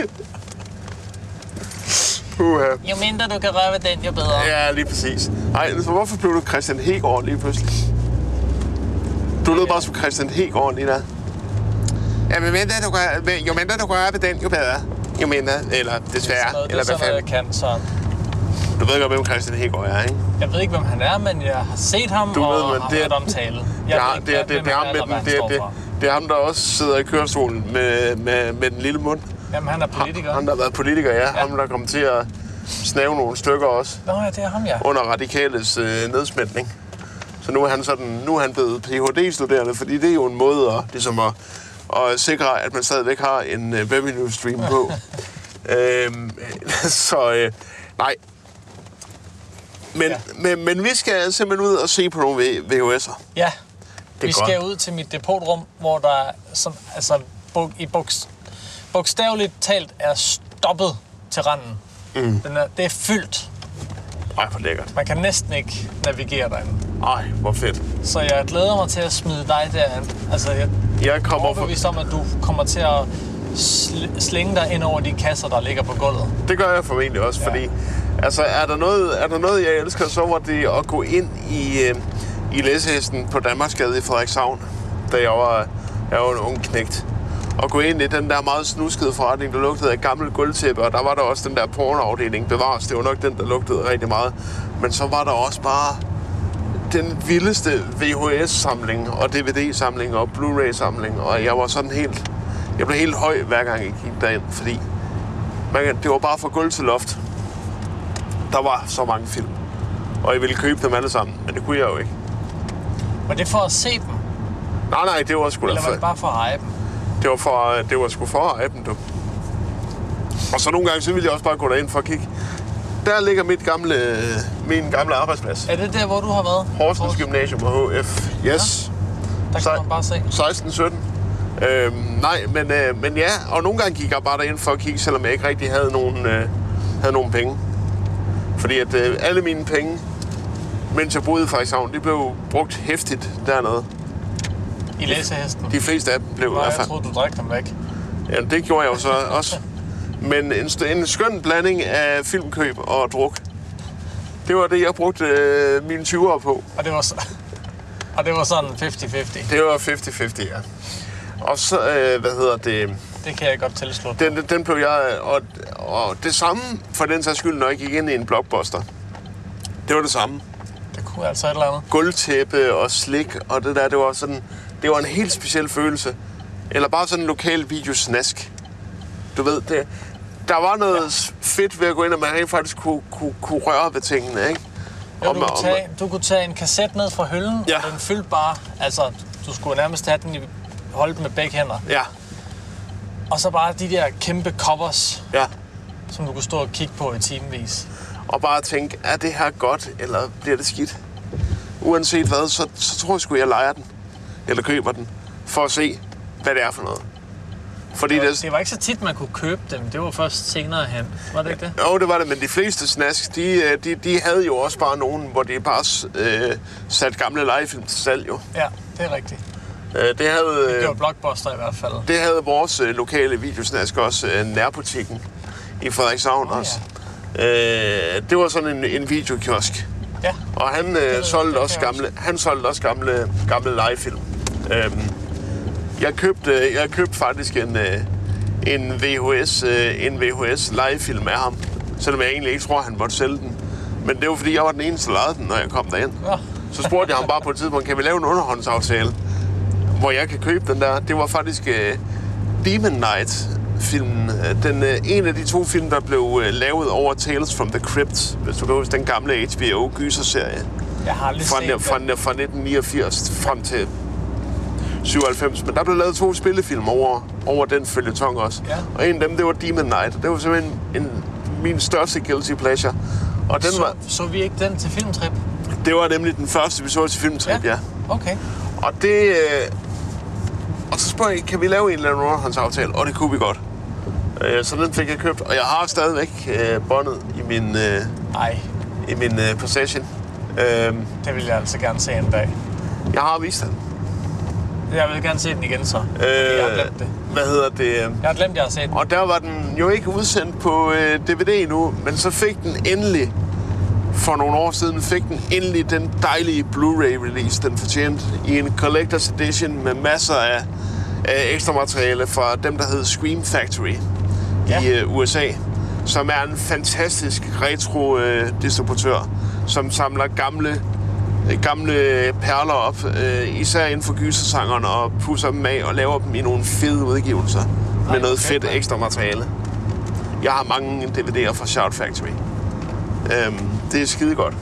Uh, ja. Jo mindre du kan røre ved den, jo bedre. ja, lige præcis. Ej, så hvorfor blev du Christian Hegård lige pludselig? Du lød bare som Christian Hegård lige der. Ja, men mindre du gør, jo mindre du rører ved den, jo bedre. Jo mindre, eller Det er desværre, sådan noget, det eller hvad er sådan noget, jeg fanden. kan, så Du ved godt, hvem Christian Hegård er, ikke? jeg ved ikke, hvem han er, men jeg har set ham Du og ved, men har det er- hørt om tale. Jeg Ja, ved ikke, det er, hvem det, det, er han ham med eller den, hvad han det, er- står det, for. det er ham, der også sidder i kørestolen med, med, med den lille mund. Jamen, han er politiker. Ah, Ham, der har været politiker, ja. Ham, der kom til at snave nogle stykker også Nå ja, det er ham, ja. under radikales øh, nedsmætning. Så nu er han sådan, nu er han blevet Ph.D.-studerende, fordi det er jo en måde at, ligesom at, at sikre, at man stadigvæk har en øh, revenue stream på. øhm, så øh, nej. Men, ja. Ja. men, men vi skal simpelthen ud og se på nogle V- VHS'er. Ja, er vi skal godt. ud til mit depotrum, hvor der er sådan, altså, buk, i buks, bogstaveligt talt er stoppet til randen. Mm. Den er, det er fyldt. Ej, hvor lækkert. Man kan næsten ikke navigere derinde. Ej, hvor fedt. Så jeg glæder mig til at smide dig derinde. Altså, jeg Jeg er kommer for, overbevist om, at du kommer til at sl- slinge dig ind over de kasser, der ligger på gulvet. det gør jeg formentlig også, ja. fordi altså, er, der noget, er der noget, jeg elsker, så var det at gå ind i, øh, i læsehesten på Danmarksgade i Frederikshavn, da jeg var, jeg var en ung knægt. Og gå ind i den der meget snuskede forretning, der lugtede af gammel gulvtæppe, og der var der også den der pornoafdeling bevares. Det var nok den, der lugtede rigtig meget. Men så var der også bare den vildeste VHS-samling og DVD-samling og Blu-ray-samling, og jeg var sådan helt... Jeg blev helt høj, hver gang jeg gik derind, fordi man, kan- det var bare fra gulv til loft. Der var så mange film, og jeg ville købe dem alle sammen, men det kunne jeg jo ikke. Men det er for at se dem, Nej, nej, det var sgu da eller var det for, bare for at eje dem? det var for, øh, det var sgu for appen, du. Og så nogle gange, så ville jeg også bare gå derind for at kigge. Der ligger mit gamle, øh, min gamle arbejdsplads. Er det der, hvor du har været? Horsens Gymnasium og HF. Yes. Der Sej. kan man bare se. 16-17. Øhm, nej, men, øh, men ja, og nogle gange gik jeg bare derind for at kigge, selvom jeg ikke rigtig havde nogen, øh, havde nogen penge. Fordi at øh, alle mine penge, mens jeg boede i Frederikshavn, de blev brugt hæftigt dernede. I læsehesten. De fleste af dem blev i Nå, hvert jeg fald. troede, du drak dem væk. Ja, det gjorde jeg jo så også. Men en, st- en skøn blanding af filmkøb og druk. Det var det, jeg brugte øh, mine 20'ere på. Og det var, så- og det var sådan 50-50. Det var 50-50, ja. Og så, øh, hvad hedder det... Det kan jeg godt tilslutte. den, den blev jeg... Og, og det samme for den sags skyld, når jeg gik ind i en blockbuster. Det var det samme. Det kunne altså et eller andet. Gulvtæppe og slik og det der, det var sådan... Det var en helt speciel følelse. Eller bare sådan en lokal videosnask. Du ved, det, der var noget fedt ved at gå ind, og man rent faktisk kunne, kunne, kunne røre ved tingene, ikke? Jo, Og du, man- kunne og tage, du kunne tage en kasset ned fra hylden, Ja. ja. og den fyldte bare... Altså, du skulle nærmest have den i, holde den med begge hænder. man- Ja, Og så bare de der kæmpe covers, ja. som du kunne stå og kigge på i timevis. Og bare tænke, er det her godt, eller bliver det skidt? Uanset hvad, så, så tror jeg sgu, jeg leger den. Eller køber den. For at se, hvad det er for noget. Fordi Det, der, var, det var ikke så tit, man kunne købe dem. Det var først senere hen. Var det ikke det? Jo, det var det, men de fleste snask, de, øh, de, de havde jo også bare nogen, hvor de bare øh, satte gamle legefilm til salg, jo. Ja, det er rigtigt. Øh, det havde... øh, Det var blockbuster i hvert fald. Det havde vores øh, lokale videosnask også, øh, Nærbutikken i Frederikshavn Nå, oh, også. Øh, det var sådan en, en videokiosk. Ja. Og han øh, jeg- det solgte kan også jeg også. gamle, han solgte også gamle, gamle legefilm. Øhm, jeg købte, øh, jeg købte faktisk en, øh, en VHS, øh, en VHS legefilm af ham, selvom jeg egentlig ikke tror, han måtte sælge den. Men det var fordi, jeg var den eneste, der lejede den, når jeg kom derind. Nå. Så spurgte jeg ham bare på et tidspunkt, kan vi lave en underhåndsaftale, hvor jeg kan købe den der? Det var faktisk øh, Demon Knight-filmen. Øh, Den, øh, en af de to film, der blev øh, lavet over Tales from the Crypt, hvis du kan huske den gamle HBO-gyserserie Jeg har aldrig fra, set fra, det. fra 1989 frem til 97. Men der blev lavet to spillefilm over, over den følgetong også. Ja. Og en af dem, det var Demon Knight. Det var simpelthen en, min største guilty pleasure. Og den var, Så, så vi ikke den til filmtrip? det var nemlig den første, vi så til filmtrip, ja. ja. Okay. Og det... Øh, og så spurgte jeg, kan vi lave en eller anden underhåndsaftale? Og det kunne vi godt. Øh, så den fik jeg købt, og jeg har stadigvæk øh, båndet i min, øh, Nej, i min øh, possession. Øh, det vil jeg altså gerne se en dag. jeg har vist den. Jeg vil gerne se den igen så. Øh, jeg har glemt det. Hvad hedder det? Jeg har glemt, jeg har set den. Og der var den jo ikke udsendt på øh, DVD endnu, men så fik den endelig, for nogle år siden, fik den endelig den dejlige Blu-ray-release, den fortjente, i en Collector's Edition med masser af, af ekstra materiale fra dem, der hed Scream Factory ja. i Ja. øh, USA, som er en fantastisk retro-distributør, som samler gamle øh, gamle perler op, øh, især inden for gysersangeren, og pusser dem af og laver dem i nogle fede udgivelser med noget fedt, fedt mand. ekstra materiale. Jeg har mange DVD'er fra Shout Factory. Øhm, det er skide godt.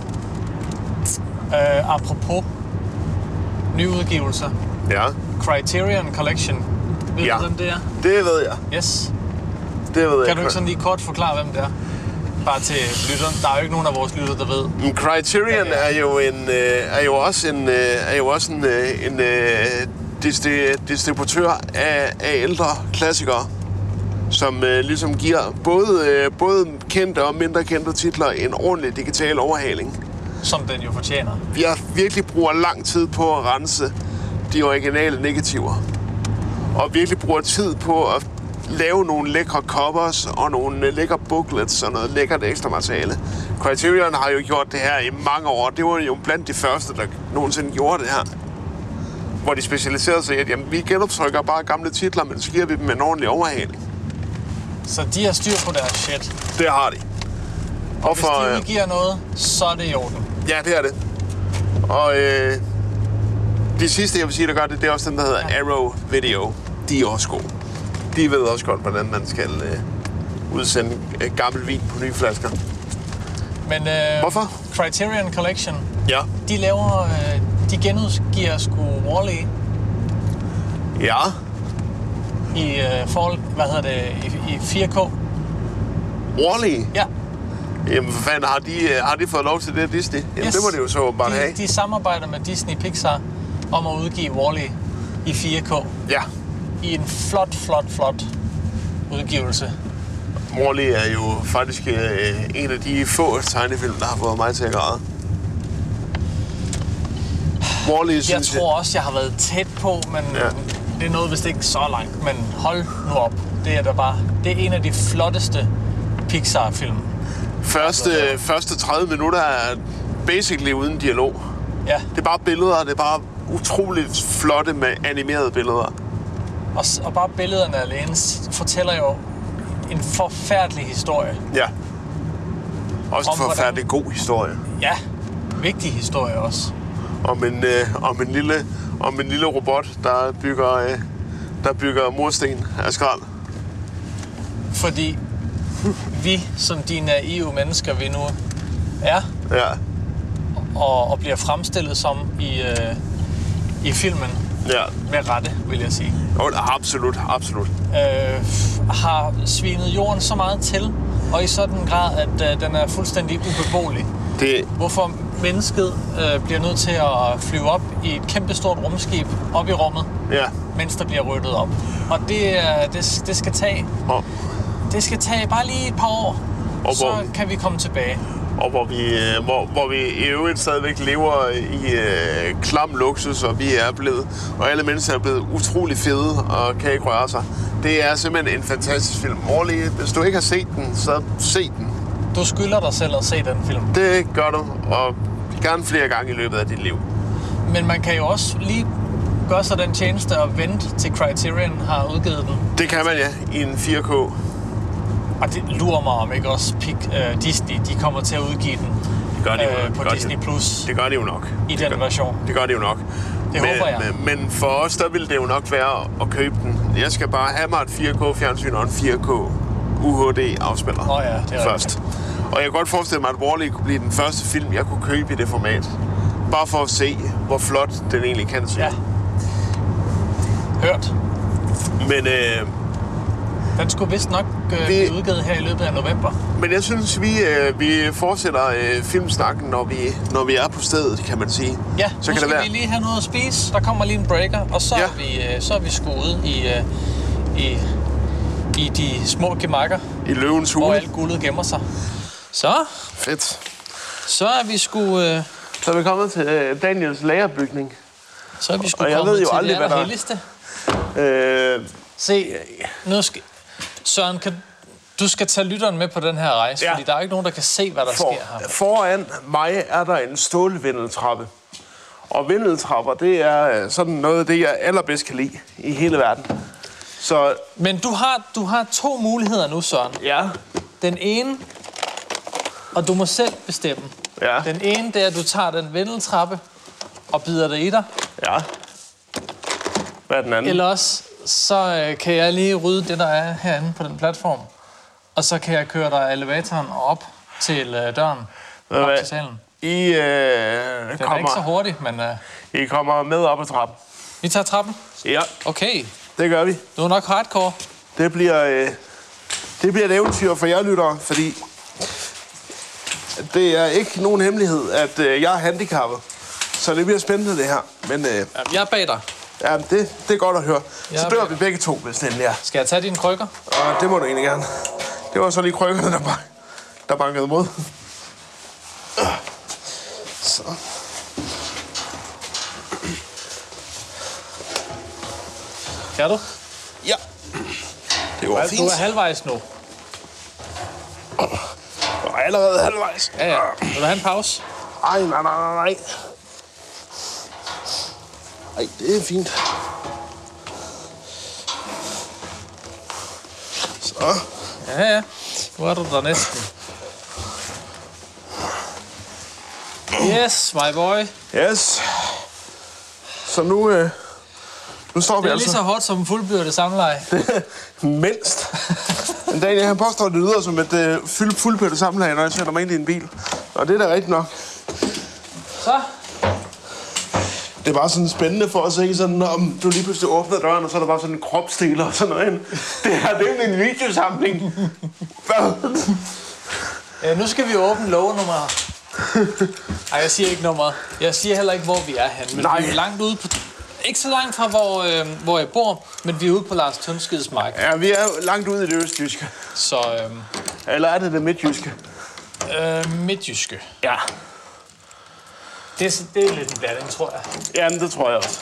Øh, apropos nyudgivelser. Ja, Criterion Collection. Ved Ja. du, hvem det er? det ved jeg. Yes. Det ved jeg. Kan du ikke sådan lige kort forklare, hvem det er? Bare til lytteren. Der er jo ikke nogen af vores lytter, der ved. Men Criterion Ja, er jo en øh, er jo også en øh, er jo også en øh, en øh, distri- distributør af, af ældre klassikere, som øh, ligesom giver både øh, både kendte og mindre kendte titler en ordentlig digital overhaling. som den jo fortjener. vi har virkelig bruger lang tid på at rense de originale negativer. Og virkelig bruger tid på at lave nogle lækre covers og nogle øh, lækre booklets og noget lækkert ekstra materiale. Criterion har jo gjort det her i mange år. Det var jo blandt de første, der nogensinde gjorde det her. Hvor de specialiserede sig i, at jamen, vi genoptrykker bare gamle titler, men så giver vi dem en ordentlig overhaling. Så de har styr på deres shit. Det har de. Og Hvis de øh, udgiver noget, så er det i orden. Ja, det er det. Og øh, det sidste, jeg vil sige, der gør det, det er også den, der hedder Arrow Video. De er også gode. De ved også godt, hvordan man skal øh, udsende øh, gammel vin på nye flasker. Men øh, Hvorfor? Criterion Collection, Ja. de laver, øh, de genudgiver sgu Wall-E Ja. i øh, forhold, hvad hedder det, i, i 4K. Wall-E. Ja, Jamen, for fanden, har de, øh, har de fået lov til det af Disney? Jamen, yes. det må de jo så bare de, have. De samarbejder med Disney Pixar om at udgive Wall-E i 4K Ja. i en flot, flot, flot udgivelse. Wall-E er jo faktisk øh, en af de få tegnefilm, der har fået mig til at græde. Wall-E, synes Jeg tror også, jeg har været tæt på, men Ja. ja. det er noget, hvis det ikke så langt. Men hold nu op. Det er da bare... Det er en af de flotteste Pixar-film. Første, første 30 minutter er basically uden dialog. Ja, Det er bare billeder, det er bare utroligt flotte med animerede billeder. og, s- og bare billederne alene s- fortæller jo en forfærdelig historie. Ja. Også Om en forfærdelig god historie. Ja, vigtig historie også. Om en, øh, om en, lille, om en lille robot, der bygger, øh, der bygger mursten af skrald. Fordi vi, som de naive mennesker, vi nu er, Ja. og, og bliver fremstillet som i, øh, i filmen, Ja. med rette, vil jeg sige. Jo, absolut, absolut. øh, har svinet jorden så meget til, og i sådan grad, at øh, den er fuldstændig ubeboelig. Det, Hvorfor mennesket øh, bliver nødt til at flyve op i et kæmpestort rumskib op i rummet ja. mens der bliver ryddet op. Og det, er- det, det skal tage Og, det skal tage bare lige et par år, Og så hvor- kan vi komme tilbage. og hvor, vi, øh, hvor, hvor vi i øvrigt stadigvæk lever i øh, klam luksus, og vi er blevet, og alle mennesker er blevet utrolig fede og kan ikke røre sig. Det er simpelthen en fantastisk film. Morley, hvis du ikke har set den, så se den. Du skylder dig selv at se den film. Det gør du, og gerne flere gange i løbet af dit liv. Men man kan jo også lige gøre sig den tjeneste og vente til Criterion har udgivet den. Det kan man ja, i en 4K. Og det lurer mig om ikke også Pic, øh, Disney, de kommer til at udgive den øh, Det gør de jo nok. på Gør de. Disney Plus Det gør det jo nok. i det den gør, version. Det gør det jo nok. Det men, håber jeg. Men, men for os, der ville det jo nok være at købe den. Jeg skal bare have mig et 4K-fjernsyn og en 4K UHD-afspiller Nå ja, det er først. Og jeg kan godt forestille mig, at Wall-E kunne blive den første film, jeg kunne købe i det format. Bare for at se, hvor flot den egentlig kan se. Ja. Hørt. Men, øh, Den skulle vist nok øh, Vi- blive udgivet her i løbet af november. men jeg synes, vi, øh, vi fortsætter øh, filmsnakken, når vi, når vi er på stedet, kan man sige. Ja, så nu kan det skal være. vi lige have noget at spise. Der kommer lige en breaker, og så, Ja. ja. er, vi, øh, så er vi skudt i, øh, i, i de små gemakker, I løvens hvor hule. alt guldet gemmer sig. Så, Fedt. så er vi sgu, øh, Så er vi kommet til øh, Daniels lagerbygning. så er vi sgu Og jeg kommet ved jo til aldrig, det hvad der- allerhelligste. Øh, Se, nu skal... Søren, kan... du skal tage lytteren med på den her rejse, Ja. ja. fordi der er ikke nogen, der kan se, hvad der for, sker her. foran mig er der en stålvindeltrappe. Og vindeltrapper, det er øh, sådan noget af det, jeg allerbedst kan lide i hele verden. Så Men du har, du har to muligheder nu, Søren. ja, Den ene, og du må selv bestemme. Ja. Den ene, det er, at du tager den vendeltrappe og bider det i dig. ja. Hvad er den anden? Eller også, så øh, kan jeg lige rydde det, der er herinde på den platform. Og så kan jeg køre dig elevatoren op til øh, døren, Ved du op hvad? til salen. I, øh, Det er da ikke så kommer, hurtigt, men øh, I kommer med op ad trappen. vi tager trappen. Ja, Okay, det gør vi. du er nok hardcore. Det bliver, øh, det bliver et eventyr for jer lyttere, fordi det er ikke nogen hemmelighed, at øh, jeg er handicappet. Så det bliver spændende, det her. Men øh, Jamen, jeg er bag dig. ja, det, det er godt at høre. Så Ja, dør men- vi begge to, hvis det endelig er. Skal jeg tage dine krykker? Og det må du egentlig gerne. Det var så lige krykkerne, der, bank, der bankede mod. Så. Kan du? Ja. Det var Du fint. er halvvejs nu. Og allerede halvvejs. Ja, ja. Vil du have en pause? Ej, nej, nej, nej, nej. Ej, det er fint. Så. Ja, ja. Nu er du der næsten. Yes, my boy. Yes. Så nu, øh, nu står vi Det er altså lige så hårdt som en fuldbyrdet samleje. mindst. Men Daniel, han påstår, at det lyder som et øh, fuld, fuldpættet sammenlag, når jeg sætter mig ind i en bil. Og det er da rigtigt nok. Så. Det er bare sådan spændende for os, ikke? Sådan, om du lige pludselig åbner døren, og så er der bare sådan en kropsdel og sådan noget. ind. Det her, det er jo en videosamling. Hvad? Øh, nu skal vi åbne lågenummeret. Ej, jeg siger ikke nummeret. Jeg siger heller ikke, hvor vi er henne. Men Nej. vi er langt ude på... Ikke så langt fra, hvor, øh, hvor jeg bor, men vi er ude på Lars Tønskeds mark. Ja, vi er jo langt ude i det østjyske. Så øh, Eller er det det midtjyske? øh, midtjyske. Ja. Det, er- det er lidt en blanding, tror jeg. Jamen, det tror jeg også.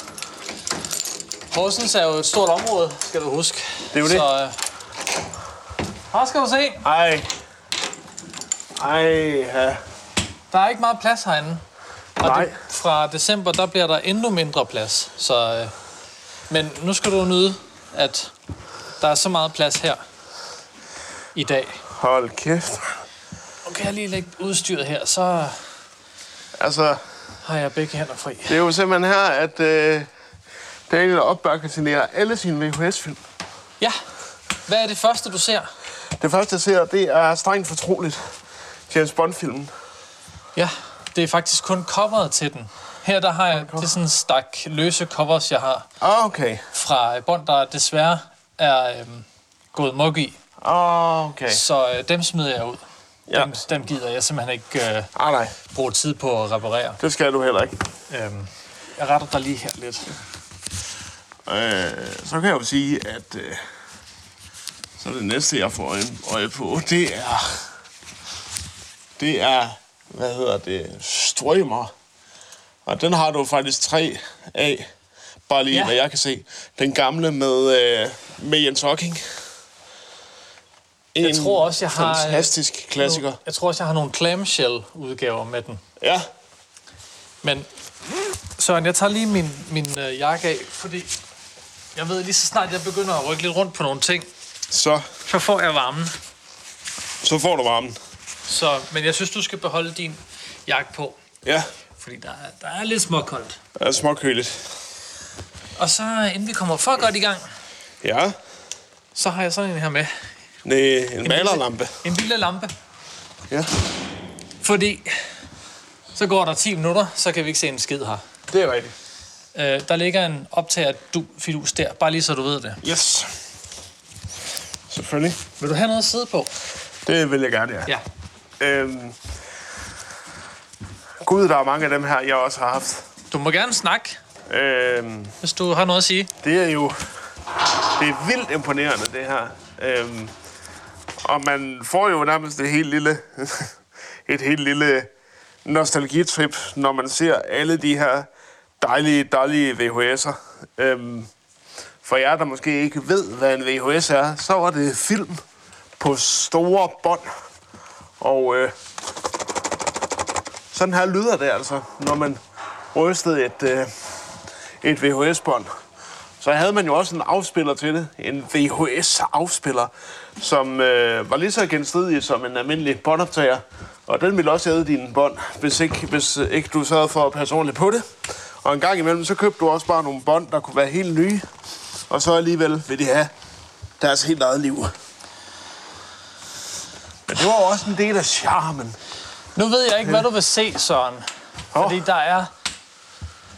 Horsens er jo et stort område, skal du huske. Det er jo det. Så, øh, her skal du se. Ej. Ej, ja. Der er ikke meget plads herinde. Og Nej. Det, fra december, der bliver der endnu mindre plads. Så, øh, men nu skal du nyde, at der er så meget plads her i dag. Hold kæft. Nu kan jeg lige lægge udstyret her, så Altså, har jeg begge hænder fri. det er jo simpelthen her, at øh, Daniel opbagatinerer alle sine VHS-film. Ja, hvad er det første, du ser? Det første, jeg ser, det er strengt fortroligt. James Bond-filmen. Ja, det er faktisk kun coveret til den. Her der har jeg, det er sådan en stak løse covers, jeg har Ah, Okay. fra øh, bånd, der desværre er øhm, gået mug i. Ah, Okay. Så øh, dem smider jeg ud. Ja. Dem, dem gider jeg simpelthen ikke øh, Ah, nej. bruge tid på at reparere. Det skal du heller ikke. Øhm, jeg retter dig lige her lidt. Øh, så kan jeg jo sige, at øh, så det næste, jeg får øje- øje på, det er... Det er, hvad hedder det, strømmer. Og den har du faktisk tre af, bare lige Ja. ja. hvad jeg kan se. Den gamle med, øh, med Jens Hocking. En Jeg tror også, jeg har... øh, fantastisk klassiker. nogle- Jeg tror også, jeg har nogle clamshell-udgaver med den. Ja, Men Søren, jeg tager lige min, min øh, jakke af, fordi jeg ved lige så snart, jeg begynder at rykke lidt rundt på nogle ting, så, så får jeg varmen. så får du varmen. Så, men jeg synes, du skal beholde din jakke på, Ja, fordi der er, der er lidt småkoldt. det er småkøligt. Og så, øh, inden vi kommer for godt i gang, Ja, så har jeg sådan en her med. Næ, en malerlampe. En lille lampe. Ja. Fordi så går der 10 minutter, så kan vi ikke se en skid her. Det er rigtigt. Øh, der ligger en optager du fidus der, bare lige så du ved det. Yes. Selvfølgelig. Vil du have noget at sidde på? Det vil jeg gerne, ja. Ja. Øhm, Gud, der er mange af dem her, jeg også har haft. Du må gerne snakke, Øhm, hvis du har noget at sige. det er jo... Det er vildt imponerende, det her. Øhm, og man får jo nærmest et helt lille... et helt lille nostalgitrip, når man ser alle de her dejlige, dejlige VHS'er. Øhm, for jer, der måske ikke ved, hvad en VHS er, så var det film på store bånd. Og øh, sådan her lyder det altså, når man rystede et, øh, et VHS-bånd. Så havde man jo også en afspiller til det, en VHS-afspiller, som øh, var lige så genstridig som en almindelig båndoptager. Og den ville også æde dine bånd, hvis ikke, hvis øh, ikke du sad for at passe ordentligt på det. Og en gang imellem, så købte du også bare nogle bånd, der kunne være helt nye. Og så alligevel vil de have deres helt eget liv. Men det var jo også en del af charmen. Nu ved jeg ikke, hvad du vil se, Søren. Oh. Fordi der er...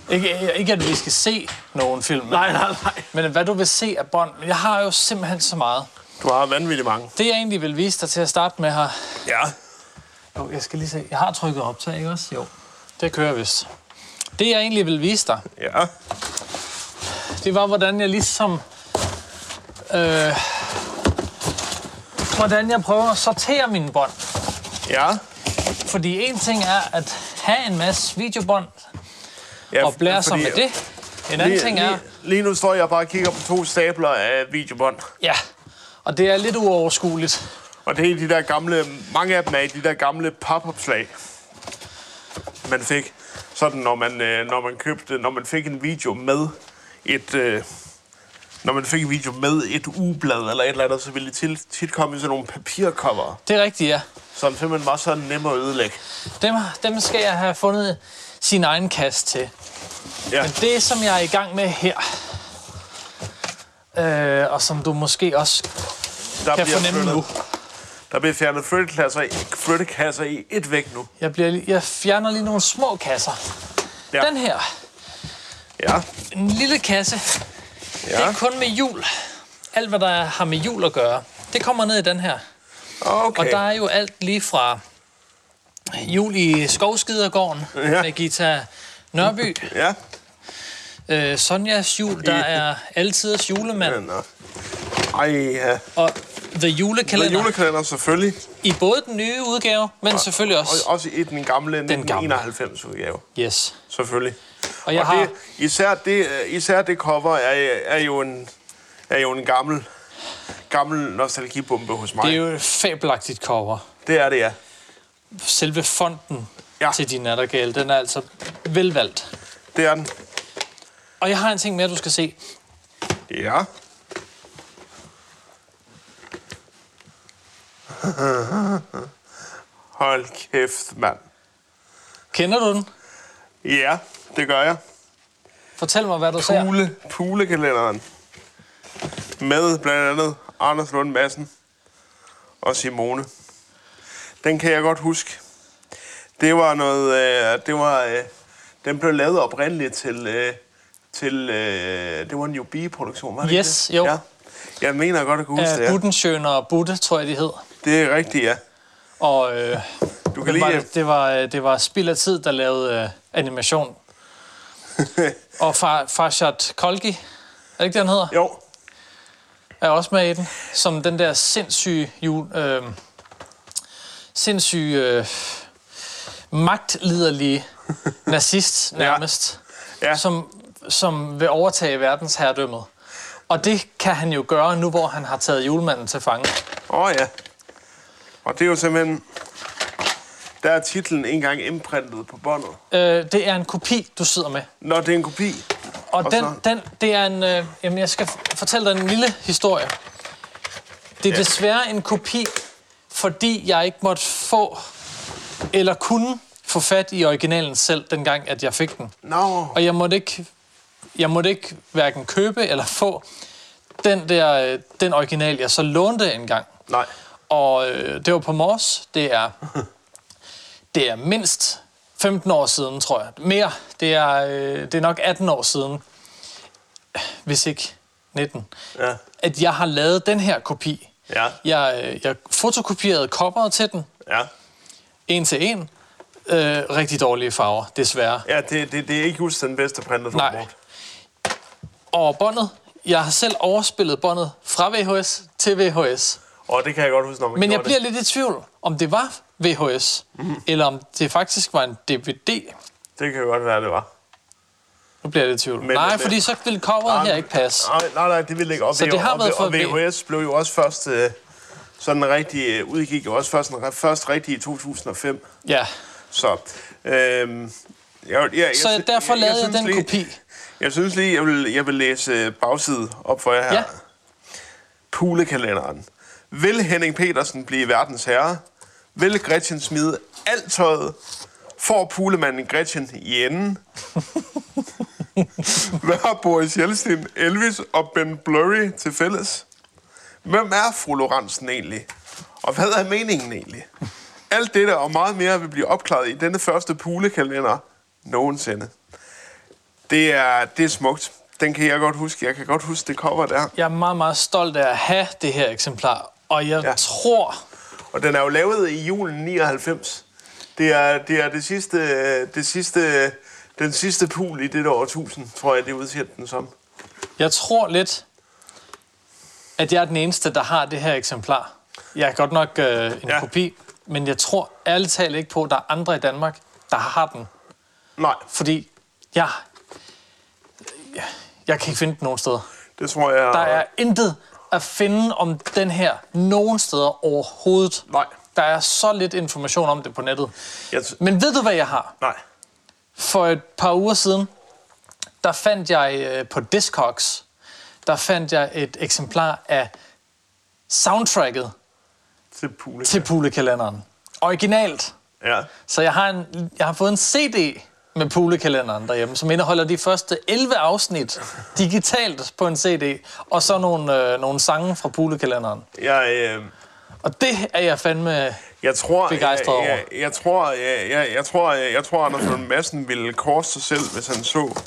Ikke, ikke, at vi skal se nogen film. Nej, nej, nej. Men hvad du vil se af bånd. Men Jeg har jo simpelthen så meget. Du har vanvittigt mange. Det, jeg egentlig vil vise dig til at starte med her... Ja. Jo, jeg skal lige se. Jeg har trykket optag, ikke også? Jo. Det kører vist. Det, jeg egentlig vil vise dig, Ja. det var, hvordan jeg ligesom... Øh, hvordan jeg prøver at sortere mine bånd. Ja. Fordi en ting er at have en masse videobånd ja og blære sig fordi- med det. En anden ting er... Lige, lige nu står jeg bare og kigger på to stabler af videobånd. Ja, og det er lidt uoverskueligt. Og det er de der gamle, mange af dem er i de der gamle papopslag, man fik. Sådan, når man, øh, når man købte, når man fik en video med et... Øh, når man fik en video med et ugeblad eller et eller andet, så ville det tit, tit komme i sådan nogle papircover, Det er rigtigt, ja. som simpelthen var så nemme at ødelægge. Dem, dem skal jeg have fundet sin egen kasse til. Ja. Men det, som jeg er i gang med her, øh, og som du måske også Der kan bliver fornemme flyttet- nu. Der bliver fjernet flyttekasser i, flyttekasser i et væk nu. Jeg, bliver, lige- jeg fjerner lige nogle små kasser. Ja. Den her, Ja. en lille kasse, ja. det er kun med jul. Alt, hvad der har med jul at gøre, det kommer ned i den her. Okay. Og der er jo alt lige fra jul i Skovskidergården ja. Ja. med Gita Nørby, Ja. øh, Sonjas jul, der er altiders julemand, Men, øh, Ej, ja. og The Der er Julekalender julekalender selvfølgelig. i både den nye udgave, men selvfølgelig også. Og også i den gamle 1991-udgave. Yes. Selvfølgelig. Og jeg og det, har- især, det, øh, især det cover er, er, jo en, er jo en gammel, gammel nostalgibombe hos mig. Det er jo et fabelagtigt cover. det, er det, ja. Selve fonden ja. Ja. til din nattergale, den er altså velvalgt. Det er den. Og jeg har en ting mere, du skal se. Ja. Hold kæft, mand. Kender du den? Ja, det gør jeg. Fortæl mig, hvad du ser. Pule, pulekalenderen. Med blandt andet Anders Lund Madsen og Simone. Den kan jeg godt huske. Det var noget... Øh, det var, øh, den blev lavet oprindeligt til... Øh, til øh, det var en UB-produktion, var det ikke Yes, det? jo. Ja. Jeg mener godt, at kunne huske det. Af Ja. Buttensjøner og Butte, tror jeg, de hed. Det er rigtigt, ja. Og øh, Du kan det, var, lige... det, var, øh, det var Spild af Tid, der lavede øh, animation. og far, Farshad Kolgi, Er det ikke det, han hedder? Jo. er også med i den, som den der sindssyge jul, øh, sindssyge øh, magtliderlige nazist nærmest, ja. Ja. Ja. Som, som vil overtage verdens herredømmet. Og det kan han jo gøre nu, hvor han har taget julemanden til fange. Åh oh, ja. Og det er jo simpelthen... Der er titlen engang indprintet på båndet. Øh, det er en kopi, du sidder med. Nå, det er en kopi. Og, Og og den, så- den, det er en... Øh, jamen, jeg skal f- fortælle dig en lille historie. Det er ja. desværre en kopi, fordi jeg ikke måtte få eller kunne få fat i originalen selv, dengang at jeg fik den. Nå, Og jeg måtte ikke, jeg måtte ikke hverken købe eller få den der øh, den original, jeg så lånte engang. nej. Og øh, det var på Mors. Det er, det er mindst 15 år siden, tror jeg. Mere. Det er, øh, det er nok 18 år siden, hvis ikke 19, Ja. at jeg har lavet den her kopi. Ja. Jeg, øh, jeg fotokopierede coveret til den, Ja. en til en. Øh, rigtig dårlige farver, desværre. Ja, det, det, det er ikke just den bedste printer, du har Nej. brugt. Og båndet, jeg har selv overspillet båndet fra VHS til VHS. Og det kan jeg godt huske, når man Men jeg gjorde bliver det. Mhm. lidt i tvivl, om det var VHS, mm. eller om det faktisk var en DVD. Det kan jo godt være, det var. Nu bliver jeg lidt i tvivl. Men- altså- Ah, Men, Nej, men- fordi så ville coveret her ikke passe. Nej, nej, nej, det ville ikke. Og, Så V- det har og, været og, for V. VHS blev jo også først... Øh, sådan rigtig øh, udgik jo også først, først rigtig i 2005. Ja. Så, øhm, jeg, jeg, jeg, Så sy- derfor lavede jeg synes den lige, kopi. Jeg synes lige, jeg vil, jeg vil læse øh, bagside op for jer her. Ja. Pulekalenderen. Vil Henning Petersen blive verdens herre? Vil Gretchen smide alt tøjet? Får pulemanden Gretchen i enden? Hvad har Boris Jeltsin, Elvis og Ben Blurry til fælles? Hvem er fru Lorentzen egentlig? Og hvad er meningen egentlig? Alt dette og meget mere vil blive opklaret i denne første pulekalender nogensinde. Det er, det er smukt. Den kan jeg godt huske. Jeg kan godt huske det cover der. Jeg er meget, meget stolt af at have det her eksemplar. Og jeg Ja. ja. tror... Og den er jo lavet i julen 99. Det er det, er det sidste, det sidste, den sidste pool i det årtusind, tror jeg, det udsiger den som. Jeg tror lidt, at jeg er den eneste, der har det her eksemplar. Jeg er godt nok øh, en Ja. ja. kopi, men jeg tror ærligt talt ikke på, at der er andre i Danmark, der har den. Nej, Fordi jeg, jeg, jeg kan ikke finde den nogen steder. det tror jeg... Der er intet at finde om den her nogen steder overhovedet. Nej. Der er så lidt information om det på nettet. Jeg t- Men ved du, hvad jeg har? Nej. For et par uger siden, der fandt jeg øh, på Discogs, der fandt jeg et eksemplar af soundtracket Til pool. til Pulekalenderen. Originalt. Ja. Så jeg har, en, jeg har fået en CD med Pulekalenderen derhjemme, som indeholder de første 11 afsnit digitalt på en CD, og så nogle, øh, nogle sange fra Pulekalenderen. Jeg, øh, Og det er jeg fandme... Jeg tror, Begejstret jeg, jeg, jeg, tror, jeg, jeg, jeg tror, jeg, jeg tror, Anders Lund Madsen ville korse sig selv, hvis han så,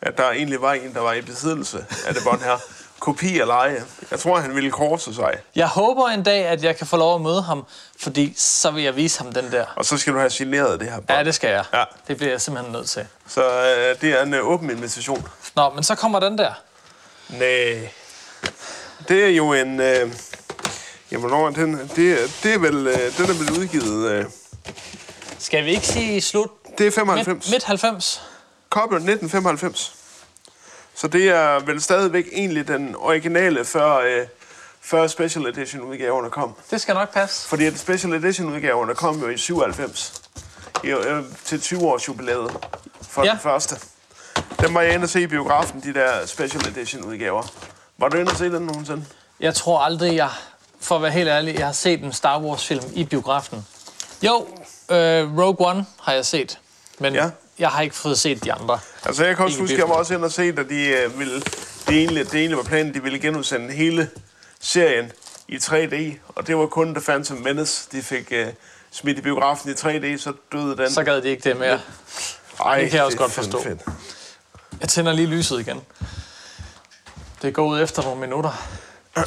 at der egentlig var en, der var i besiddelse af det bånd her. Kopi eller ej. Jeg tror, han ville korse sig. Jeg håber en dag, at jeg kan få lov at møde ham, fordi så vil jeg vise ham den der. Og så skal du have signeret det her bånd. Ja, det skal jeg. Ja. Det bliver jeg simpelthen nødt til. Så øh, det er en øh, åben invitation. Nå, men så kommer den der. Nej. Det er jo en... Øh, jamen, hvornår er den? Det, er- det er vel... Øh, den er blevet udgivet... Øh, Skal vi ikke sige slut? det er 95. Midt, midt 90? Kobler 1995. Så det er vel stadigvæk egentlig den originale, før, øh, før Special Edition-udgaverne kom. Det skal nok passe. Fordi at Special Edition-udgaverne kom jo i 97. I, øh, til 20-års jubilæet for ja. Ja. den første. Den var jeg inde og se i biografen, de der Special Edition-udgaver. Var du inde og se den nogensinde? Jeg tror aldrig, jeg... For at være helt ærlig, jeg har set en Star Wars-film i biografen. Jo, øh, Rogue One har jeg set. Men Ja. ja. jeg har ikke fået set de andre. Altså, jeg kan også Ikke huske, at jeg var også inde og se, da de øh, ville... Det egentlig, det egentlig var planen, de ville genudsende hele serien i 3D, og det var kun The Phantom Menace, de fik øh, smidt i biografen i 3D, så døde den. Så gad de ikke det mere. Ej, det kan jeg også er godt fandme forstå. Jeg tænder lige lyset igen. Det går ud efter nogle minutter.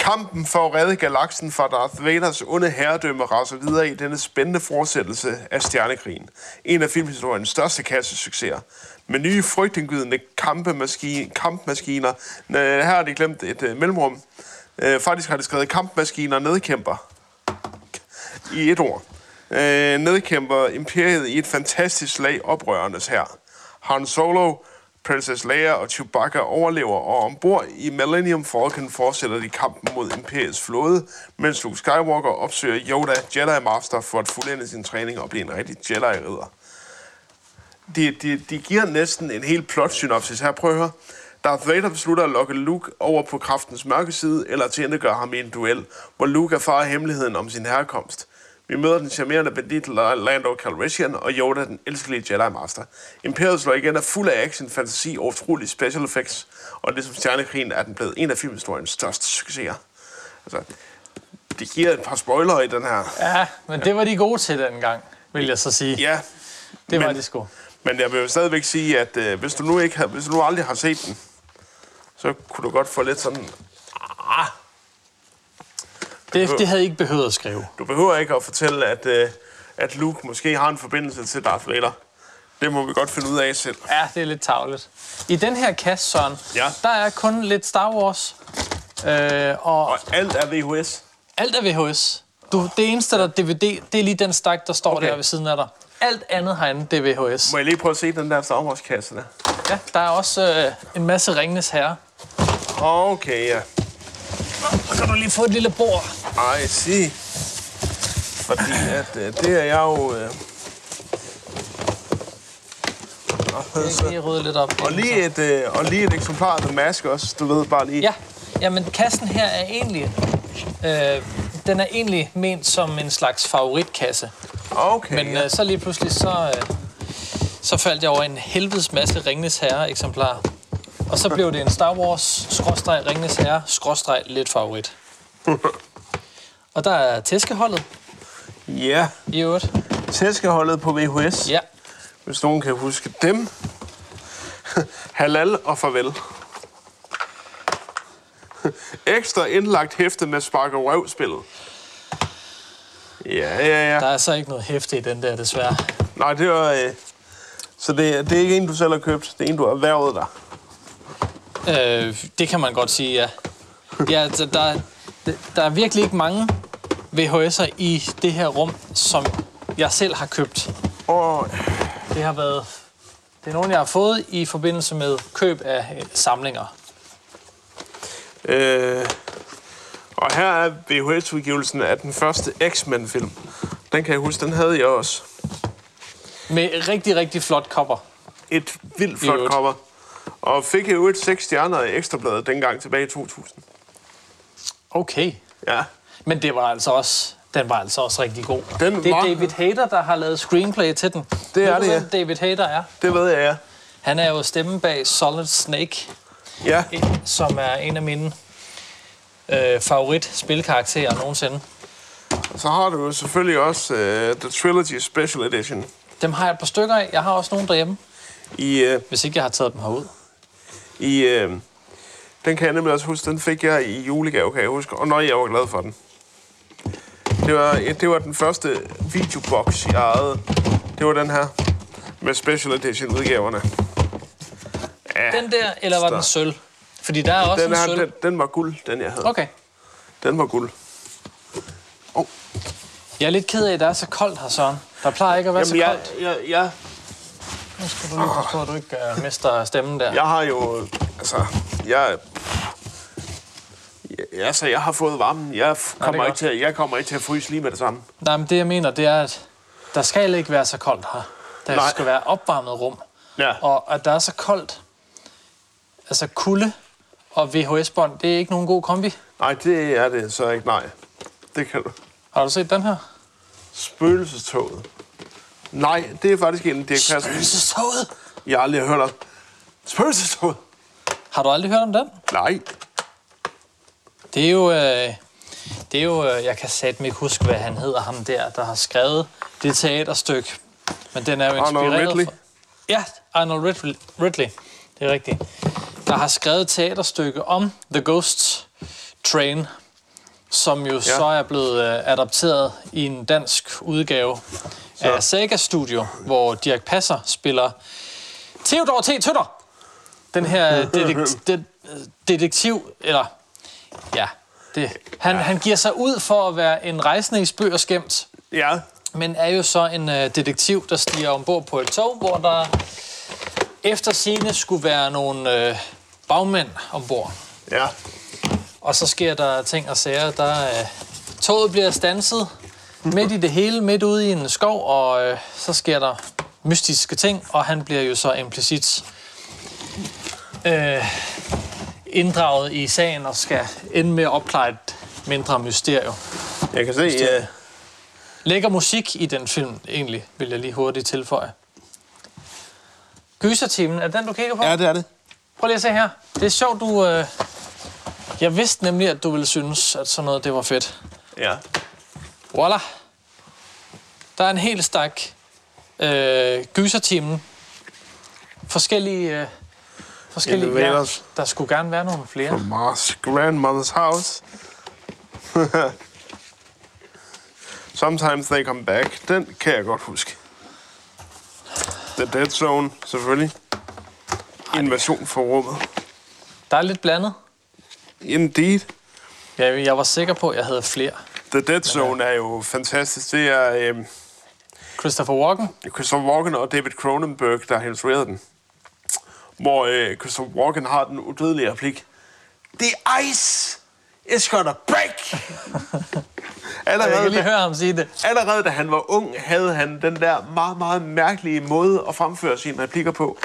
Kampen for at redde galaksen fra Darth Vaders onde herredømme raser videre i denne spændende fortsættelse af Stjernekrigen. En af filmhistoriens største kassesucceser. Med nye frygtindgydende kampemaskine, kampmaskiner. Næ, her har de glemt et øh, mellemrum. Øh, faktisk har de skrevet kampmaskiner nedkæmper. I et ord. Øh, nedkæmper imperiet i et fantastisk slag oprørernes her. Han Solo, Princess Leia og Chewbacca overlever, og ombord i Millennium Falcon fortsætter de kampen mod Imperiets flåde, mens Luke Skywalker opsøger Yoda, Jedi Master, for at fuldende sin træning og blive en rigtig Jedi-ridder. De, de, de giver næsten en hel plot-synopsis her. Prøv at høre. Darth Vader beslutter at lokke Luke over på kraftens mørke side, eller tilindegøre ham i en duel, hvor Luke erfarer hemmeligheden om sin herkomst. Vi møder den charmerende bandit La- Lando Calrissian og Yoda, den elskelige Jedi Master. Imperiet slår igen er fuld af action, fantasi og utrolige special effects, og ligesom Stjernekrigen er den blevet en af filmhistoriens største succeser. Altså, det giver et par spoiler i den her. Ja, men det var de gode til dengang, vil jeg så sige. Ja, det var men- de sgu. men jeg vil jo stadigvæk sige, at øh, hvis, du nu ikke har, hvis du nu aldrig har set den, så kunne du godt få lidt sådan... Ah, Det, det havde I ikke behøvet at skrive. du behøver ikke at fortælle, at, øh, at Luke måske har en forbindelse til Darth Vader. Det må vi godt finde ud af selv. Ja, det er lidt tavligt. I den her kasse, Søren, Ja. der er kun lidt Star Wars. Øh, og, Og alt er VHS. alt er VHS. Du, det eneste, der er DVD, det er lige den stak, der står Okay. okay. der ved siden af dig. Alt andet herinde, det er VHS. Må jeg lige prøve at se den der Star Wars-kasse der? Ja, der er også øh, en masse Ringnes Herre. Okay, ja. Så kan du lige få et lille bord. I see. Fordi at, øh, det er jeg jo... Øh... Jeg kan lige rydde lidt op. Og lige et, øh, og lige et eksemplar af The Mask også, du ved bare lige. Ja, jamen kassen her er egentlig... Øh, den er egentlig ment som en slags favoritkasse. Okay, Men ja. øh, så lige pludselig, så, øh, så faldt jeg over en helvedes masse Ringnes Herre-eksemplarer. Og så blev det en Star Wars-Ringnes Herre-lidt favorit. Og der er tæskeholdet ja. i øvrigt. Tæskeholdet på VHS, øh- Ja, hvis nogen kan huske dem. Halal og farvel. Ekstra indlagt hæfte med spark og røvspillet. Ja, ja, ja. der er så ikke noget hæfte i den der, desværre. Nej, det var... Øh... Så det, er- det er ikke en, du selv har købt. Det er en, du har erhvervet dig. Øh, det kan man godt sige, ja. Ja, altså, der, er- der er virkelig ikke mange VHS'er i det her rum, som jeg selv har købt. Og Det har været... Det er nogle, jeg har fået i forbindelse med køb af øh, samlinger. Øh, og her er VHS-udgivelsen af den første X-Men-film. Den kan jeg huske, den havde jeg også. Med rigtig, rigtig flot cover. Et vildt I flot øvrigt. cover. Og fik jo et seks stjerner i Ekstrabladet dengang tilbage i 2000. Okay. Ja. Men det var altså også, den var altså også rigtig god. Den det er var- David Hayter, der har lavet screenplay til den. Det er Ved du, det, ja. hvem David Hayter er. Det ved jeg, ja. Han er jo stemmen bag Solid Snake, Ja, en- som er en af mine øh, favorit spilkarakterer nogensinde. så har du jo selvfølgelig også øh, The Trilogy Special Edition. Dem har jeg et par stykker af. Jeg har også nogle derhjemme, I, øh, hvis ikke jeg har taget dem herud. i, øh, den kan jeg nemlig også huske, den fik jeg i julegave, kan jeg huske. Og når jeg var glad for den. Det var, ja, det var den første videoboks, jeg ejede. Det var den her. Med special edition udgaverne. Ja, Den der, eller var den så- sølv? Fordi der er også den, en her, sølv. den, den var guld, den jeg havde. Okay. Den var guld. Jeg er lidt ked af, at det er så koldt her, Søren. Der plejer ikke at være så jeg, koldt. jeg, jeg, Nu skal du lige passe på, at du ikke uh, mister stemmen der. jeg har jo... Altså, jeg... Ja, altså, jeg har fået varmen. Jeg f- er kommer, godt. ikke til, at- jeg kommer ikke til at fryse lige med det samme. Nej, men det jeg mener, det er, at der skal ikke være så koldt her. Der Nej. Nej. skal være opvarmet rum. Ja. Og at der er så koldt, altså kulde og VHS-bånd, det er ikke nogen god kombi. Nej, det er det så ikke. Nej, det kan du. Har du set den her? Spøgelsestoget. Nej, det er faktisk en Dirk Passer. Spøgelsestoget! Jeg aldrig har hørt om. Spøgelsestoget? Har du aldrig hørt om den? Nej. Det er jo... Øh, det er jo øh, jeg kan satme ikke huske, hvad han hedder, ham der, der har skrevet det teaterstykke. Men den er jo Arnold inspireret... Ridley? Fra, ja, Arnold Ridley, Ridley. Det er rigtigt. Der har skrevet et teaterstykke om The Ghost Train. som jo ja. så er blevet øh, adapteret i en dansk udgave så. af Sega Studio, hvor Dirk Passer spiller Theodor T. Tøtter. Den her øh, detek- de- detektiv, eller ja, det. Han, ja. han giver sig ud for at være en rejsende i spøg og skæmt, Ja. men er jo så en øh, detektiv, der stiger ombord på et tog, hvor der efter sine skulle være nogle øh, bagmænd ombord. Ja. Og så sker der ting og sager. Der, øh, toget bliver stanset midt i det hele, midt ude i en skov, og øh, så sker der mystiske ting, og han bliver jo så implicit øh, inddraget i sagen og skal ende med at opklare et mindre mysterium. Jeg kan se, øh- ja. Lækker musik i den film, egentlig, vil jeg lige hurtigt tilføje. Gysertimen, er det den, du kigger på? ja, det er det. Prøv lige at se her. Det er sjovt, du... Øh... Jeg vidste nemlig, at du ville synes, at sådan noget, det var fedt. Ja. Voila. Der er en hel stak øh, gysertimen. Forskellige... Øh, forskellige ja, Elevators. der skulle gerne være nogle flere. Mars grandmother's house. Sometimes they come back. Den kan jeg godt huske. The Dead Zone, selvfølgelig. Invasion for rummet. Der er lidt blandet. Indeed. Jeg, jeg var sikker på, at jeg havde flere. The Dead Zone er jo fantastisk. Det er øh, Christopher Walken. Christopher Walken og David Cronenberg, der har instrueret den. Hvor øh, Christopher Walken har den udødelige replik. The ice is gonna break! Jeg Allerede, kan lige da, høre ham sige det. allerede da han var ung, havde han den der meget, meget mærkelige måde at fremføre sine replikker på.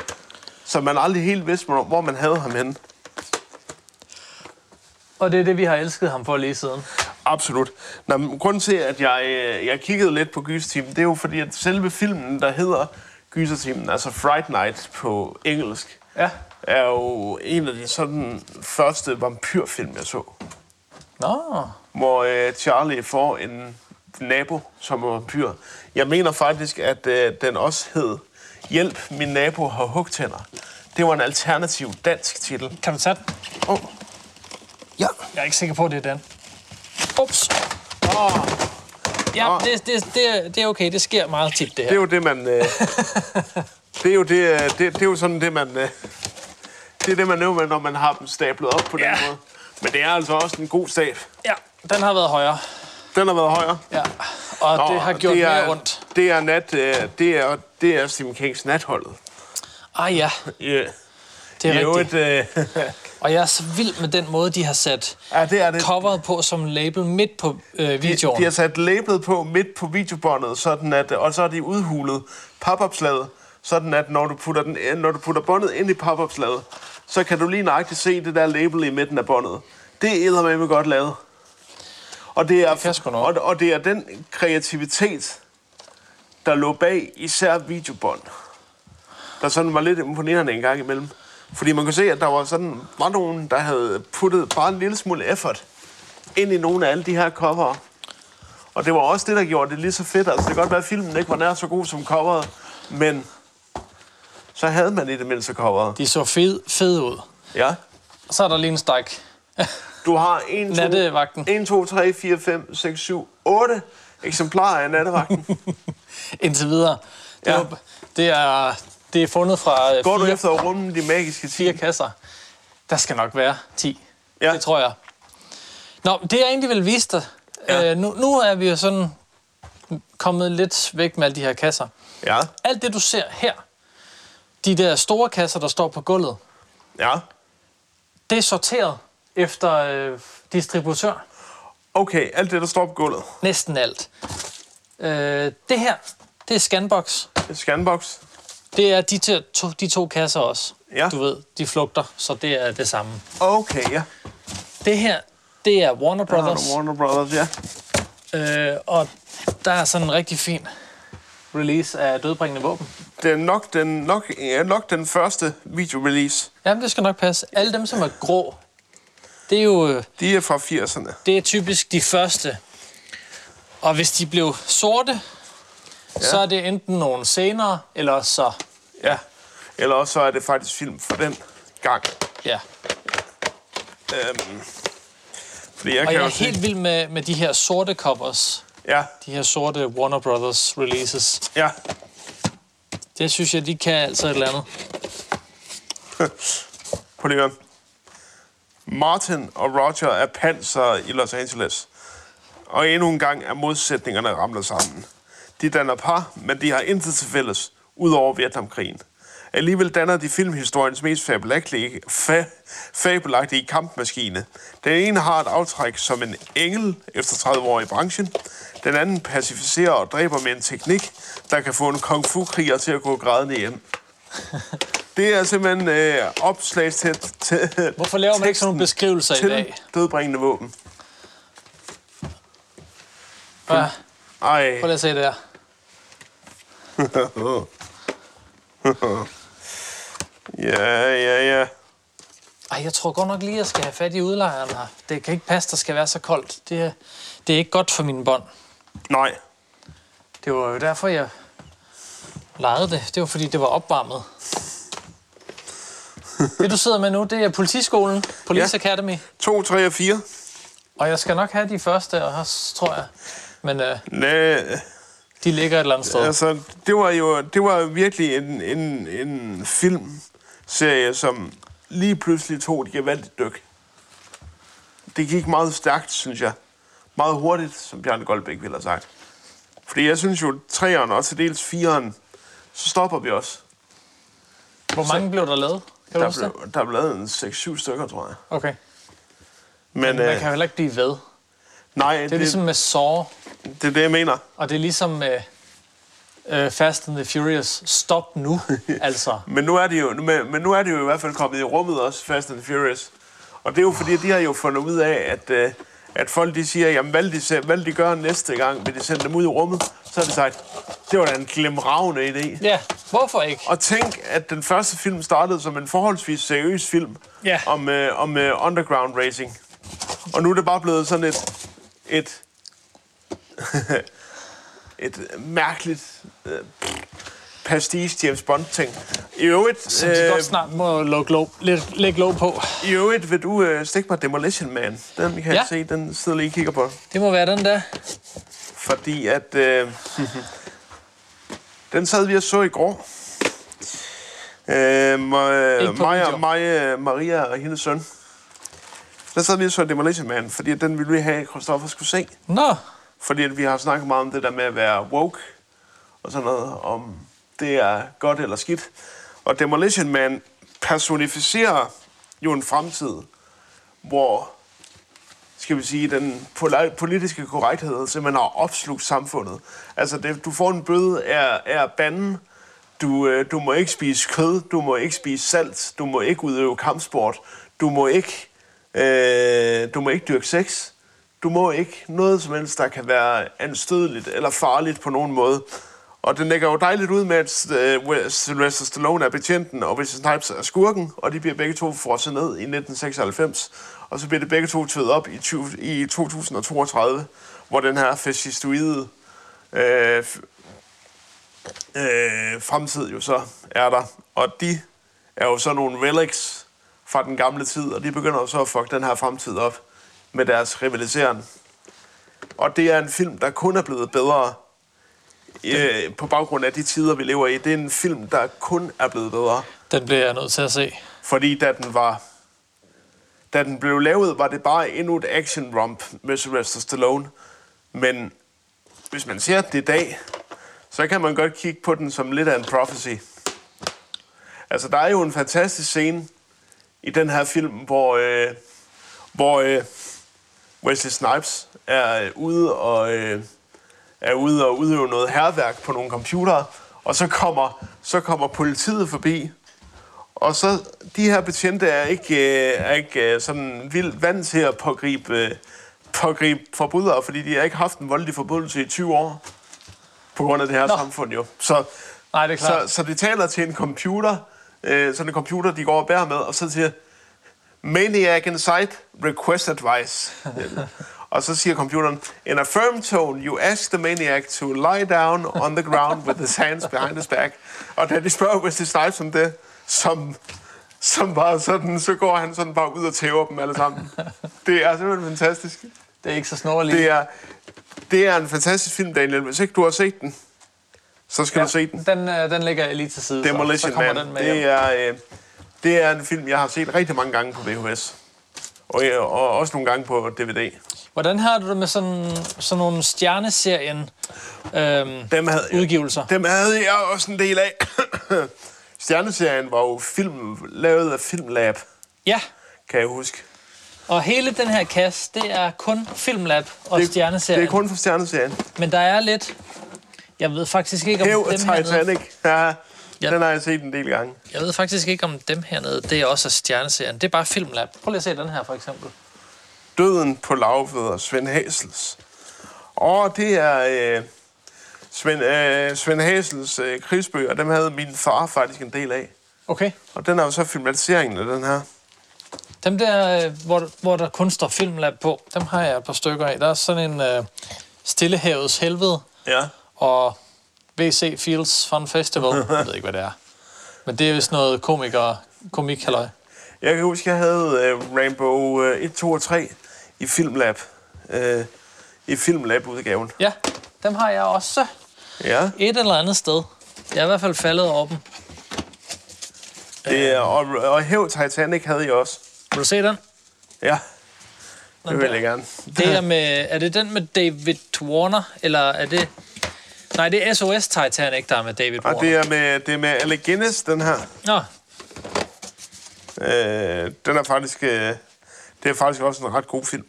Så man aldrig helt vidste, hvor hvor man havde ham henne. Og det er det, vi har elsket ham for lige siden. Absolut. Nå, men grunden til, at jeg, øh, jeg kiggede lidt på Gysertimen, det er jo fordi, at selve filmen, der hedder Gysertimen, altså Fright Night på engelsk, Ja. er jo en af de sådan første vampyrfilm, jeg så. Nå, Hvor øh, Charlie får en nabo, som er vampyr. Jeg mener faktisk, at øh, den også hed Hjælp, min nabo har hugtænder. Det var en alternativ dansk titel. kan du tage den? Oh. Ja. Jeg er ikke sikker på, at det er den. Ups. Åh. Ja, det, det, det, er- det er okay. Det sker meget tit, det Det er her. jo det, man... Øh, det, er jo det, øh, det, det er jo sådan det, man... Øh, det er det, man øver med, når man har dem stablet op på den Ja. måde. Men det er altså også en god stab. Ja, den har været højere. Den har været højere. Ja. Og Nå, det har gjort det er... mere ondt. Det er, nat, øh, det er, det er Stephen Kings natholdet. Ah ja, Yeah. det er jo rigtigt. et, øh, Og jeg er så vild med den måde, de har sat ja, det er det. coveret på som label midt på øh, videoen. De har sat labelet på midt på videobåndet, sådan at, og så er de udhulet papopslaget, sådan at når du putter, den, øh, når du putter båndet ind i papopslaget, så kan du lige nøjagtigt se det der label i midten af båndet. Det er med godt lavet. Og det, er, kan sgu og, noget. og det er den kreativitet, der lå bag især videobånd, der sådan var lidt imponerende en gang imellem. Fordi man kunne se, at der var sådan var nogen, der havde puttet bare en lille smule effort ind i nogle af alle de her cover. Og det var også det, der gjorde det lige så fedt. Altså, det kan godt være, at filmen ikke var nær så god som coveret, men så havde man i det mindste coveret. De så fed, fede ud. Ja. Og så er der lige en stak. Du har 1, 2, Nattevagten. 1, 2, 3, 4, 5, 6, 7, 8 eksemplarer af nattevagten. Indtil videre. Ja. Det, ja. var, det, er, det er fundet fra øh, Går du fire, efter at rumme de magiske ti? fire kasser. Der skal nok være 10. Ja. Ja. Det tror jeg. Nå, det jeg egentlig vil vise dig. Ja. Ja. Øh, nu, nu er vi jo sådan kommet lidt væk med alle de her kasser. Ja, Alt det, du ser her, de der store kasser, der står på gulvet, ja. det er sorteret efter øh, distributør. Okay, alt det, der står på gulvet. Næsten alt. Øh, det her, det er Scanbox. Et scanbox. Det er de, til, to, de to kasser også. Ja. Du ved, de flugter, så det er det samme. Okay, ja. Det her, det er Warner Der har Brothers. du Warner Brothers, ja. Øh, og der er sådan en rigtig fin release af Dødbringende Våben. Det er nok den, nok, ja, nok den første videorelease. Jamen, det skal nok passe. Alle dem, som er grå, det er jo øh, De er fra 80'erne. det er typisk de første. Og hvis de blev sorte, ja. så er det enten nogle senere, eller så... Ja. Eller også så er det faktisk film fra den gang. Ja. Øhm, Fordi jeg Og kan jeg jo er se- helt vild med, med de her sorte covers. Ja, De her sorte Warner Brothers releases. ja. Det synes jeg, de kan altså et eller andet. Prøv lige at høre. Martin og Roger er panser i Los Angeles. Og endnu en gang er modsætningerne ramlet sammen. De danner par, men de har intet til fælles, udover Vietnamkrigen. Alligevel danner de filmhistoriens mest fabelagtige, fa- fabelagtige kampmaskine. Den ene har et aftræk som en engel efter 30 år i branchen. Den anden pacificerer og dræber med en teknik, der kan få en kung fu-kriger til at gå grædende hjem. Det er simpelthen øh, opslagstæt til Hvorfor laver man ikke sådan nogle teksten beskrivelser i til dag? dødbringende våben. Ja, Ej. prøv lige at se det her. Ja, ja, ja. Ej, jeg tror godt nok lige, jeg skal have fat i udlejeren her. Det kan ikke passe, der skal være så koldt. Det er, det er ikke godt for mine bånd. Nej. Det var jo derfor, jeg lejede det. Det var, fordi det var opvarmet. Det, du sidder med nu, det er politiskolen, Police Ja. Academy. 2, 3 og 4. Og jeg skal nok have de første, og her, tror jeg. Men øh, Næ, de ligger et eller andet sted. altså, det var jo det var jo virkelig en, en, en filmserie, som lige pludselig tog et gevaldigt dyk. Det gik meget stærkt, synes jeg. Meget hurtigt, som Bjørn Goldbæk ville have sagt. Fordi jeg synes jo, 3'eren og til dels 4'eren, så stopper vi også. Hvor mange blev der lavet? Kan du Der huske det? blev, der blev lavet en 6-7 stykker, tror jeg. Okay. Men, Man øh, kan jo heller ikke blive ved. nej, det, Det er ligesom med Saw, det er det, jeg mener. og det er ligesom med øh, Fast and the Furious. Stop nu, altså. Men nu er det jo, men, men nu er det jo i hvert fald kommet i rummet også, Fast and Furious. Og det er jo fordi, de har jo fundet ud af, at, øh, at folk de siger, jamen hvad de, se- hvad de gør næste gang, vil de sende dem ud i rummet? Så har de sagt, det var da en glemragende idé. Ja, hvorfor ikke? Og tænk, at den første film startede som en forholdsvis seriøs film Ja. om, øh, om øh, underground racing. Og nu er det bare blevet sådan et... Et, et mærkeligt øh, pastiche James Bond-ting. I øvrigt, Så de godt snart må lukke låg, læ- lægge låg på. i øvrigt vil du øh, stikke mig Demolition Man. Den kan ja. jeg Ja. se, den sidder lige og kigger på. Det må være den der. Fordi at... Øh, den sad vi og så i går. Øh, ma- Ikke på Maja, video. Maja, Maria og hendes søn. Der sad vi og så Demolition Man, fordi at den ville vi have, at Christoffer skulle se. Nå, Fordi at vi har snakket meget om det der med at være woke og sådan noget, om det er godt eller skidt. Og Demolition Man personificerer jo en fremtid, hvor, skal vi sige, den pola- politiske korrekthed simpelthen har opslugt samfundet. Altså, det, du får en bøde af, af banden, du, øh, du må ikke spise kød, du må ikke spise salt, du må ikke udøve kampsport, du må ikke, øh, du må ikke dyrke sex, du må ikke noget som helst, der kan være anstødeligt eller farligt på nogen måde. Og den lægger jo dejligt ud med, at øh, Sylvester Stallone er betjenten, og Wesley Snipes er skurken, og de bliver begge to frosset ned i 1996. Og så bliver det begge to tøet op i, 20, i 2032, hvor den her fascistoide øh, f- øh, fremtid jo så er der. Og de er jo så nogle relics fra den gamle tid, og de begynder jo så at fuck den her fremtid op med deres rivaliseren. Og det er en film, der kun er blevet bedre øh, på baggrund af de tider, vi lever i. Det er en film, der kun er blevet bedre. den bliver jeg nødt til at se. Fordi da den var... Da den blev lavet, var det bare endnu et action-romp med Sylvester Stallone. Men hvis man ser det i dag, så kan man godt kigge på den som lidt af en prophecy. Altså, der er jo en fantastisk scene i den her film, hvor, øh, hvor øh, Wesley Snipes er ude og... Øh, er ude og udøve noget herværk på nogle computere, og så kommer, så kommer politiet forbi, og så, de her betjente er ikke, øh, er ikke øh, sådan vildt vant til at pågribe, øh, pågribe forbrydere, fordi de har ikke haft en voldelig forbrydelse i 20 år, på grund af det her Nå. Nå. samfund jo. Så, Nej, det er klart. så, så det taler til en computer, øh, sådan en computer, de går og bærer med, og så siger, Maniac inside, request advice. og så siger computeren, in a firm tone, you ask the maniac to lie down on the ground with his hands behind his back. Og da de spørger Wesley Snipes om det, som, som bare sådan, så går han sådan bare ud og tæver dem alle sammen. Det er simpelthen fantastisk. Det er ikke så snorligt. Det er, det er en fantastisk film, Daniel. Hvis ikke du har set den, så skal ja. du se den. Den, øh, den ligger jeg lige til side, så, så Demolition kommer Man. den med det, hjem. er, øh, det er en film, jeg har set rigtig mange gange på VHS. Og, jeg- og også nogle gange på DVD. Hvordan har du det med sådan, sådan nogle stjerneserien øhm, Dem havde, udgivelser? Dem havde jeg også en del af. Stjerneserien var jo film, lavet af Filmlab, Ja, kan jeg huske. og hele den her kasse, det er kun Filmlab og Det- stjerneserien. Det er kun for Stjerneserien. Men der er lidt... Jeg ved faktisk ikke, om Hæv og dem hernede... Titanic. Ja, Ja. den har jeg set en del gange. Jeg ved faktisk ikke, om dem hernede, det er også stjerneserien. Det er bare Filmlab. Prøv lige at se den her, for eksempel. Døden på lavved og Svend Hasels. Og det er øh, Svend, øh, Svend Hasels øh, krigsbøger. Dem havde min far faktisk en del af. Okay. Og den er jo så filmatiseringen af den her. Dem der, øh, hvor, hvor der kun står Filmlab på, dem har jeg et par stykker af. Der er sådan en øh, Stillehavets Helvede Ja. og VC Fields Fun Festival. Jeg ved ikke, hvad det er. Men det er vist noget komiker, komik halløj. Jeg kan huske, jeg havde øh, Rainbow øh, 1, 2 og 3 i Filmlab. Øh, I Filmlab-udgaven. Ja, dem har jeg også Ja. et eller andet sted. Jeg er i hvert fald faldet over dem. Det er, og, og Hæv Titanic havde jeg også. Vil du se den? Ja, det Den vil der. jeg gerne. Det er, med, er det den med David Warner, eller er det... Nej, det er SOS Titanic, der er med David Warner. Og Ah, det er med, det er med Alec Guinness, den her. Nå, Øh, den er faktisk... Øh, det er faktisk også en ret god film.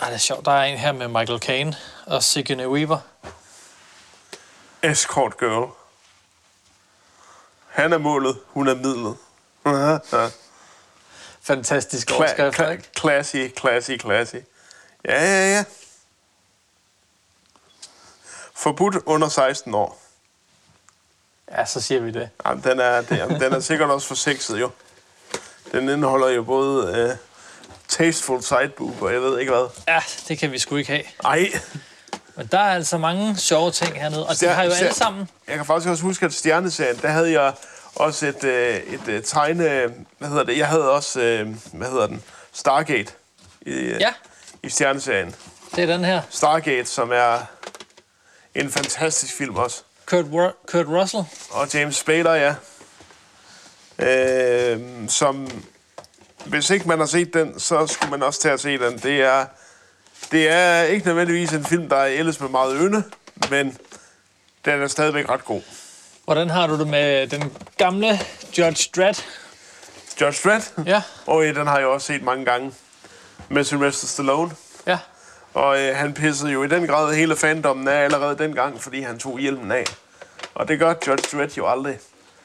Ej, det er sjovt. Der er en her med Michael Caine og Sigourney Weaver. Escort Girl. Han er målet, hun er midlet. Fantastisk Kla- overskrift, kla- ikke? classy, classy, classy. Ja, ja, ja. Forbudt under 16 år. Ja, så siger vi det. Jamen, den er, det- jamen, den er sikkert også for sexet, jo. Den indeholder jo både øh, tasteful sideboob og jeg ved ikke hvad. Ja, det kan vi sgu ikke have. Ej, Men der er altså mange sjove ting hernede, og de har jo alle sammen... Jeg kan faktisk også huske, at Stjerneserien, der havde jeg også et, øh, et øh, tegne... Hvad hedder det? Jeg havde også, øh, hvad hedder den? Stargate i, øh, Ja, i Stjerneserien. det er den her. Stargate, som er en fantastisk film også. Kurt, Ru- Kurt Russell. Og James Spader, ja. Øh, som, hvis ikke man har set den, så skulle man også tage at se den. Det er, det er ikke nødvendigvis en film, der er ellers med meget ynde, men den er stadigvæk ret god. Hvordan har du det med den gamle Judge Dredd? Judge Dredd? Ja. Og øh, den har jeg også set mange gange med Sylvester Stallone. Ja, Og øh, han pissede jo i den grad hele fandommen af allerede dengang, fordi han tog hjelmen af. Og det gør Judge Dredd jo aldrig.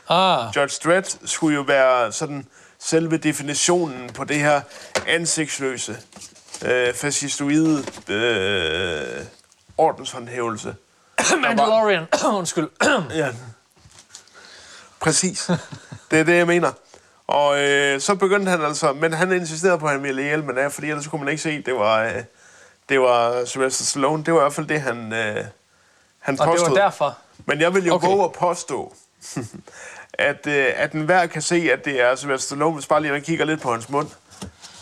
ah, Judge Dredd skulle jo være sådan selve definitionen på det her ansigtsløse, øh, fascistoide øh, ordenshåndhævelse. Mandalorian. Undskyld. Ja. Præcis. Det er det, jeg mener. Og øh, så begyndte han altså, men han insisterede på, at han ville hjælpe med det, fordi ellers kunne man ikke se, det var, øh, det var Sylvester Stallone. Det var i hvert fald det, han, øh, han Og påstod. det var derfor. Men jeg vil jo Okay. okay. våge at påstå, at, øh, at enhver kan se, at det er Sylvester Stallone, hvis bare lige man kigger lidt på hans mund.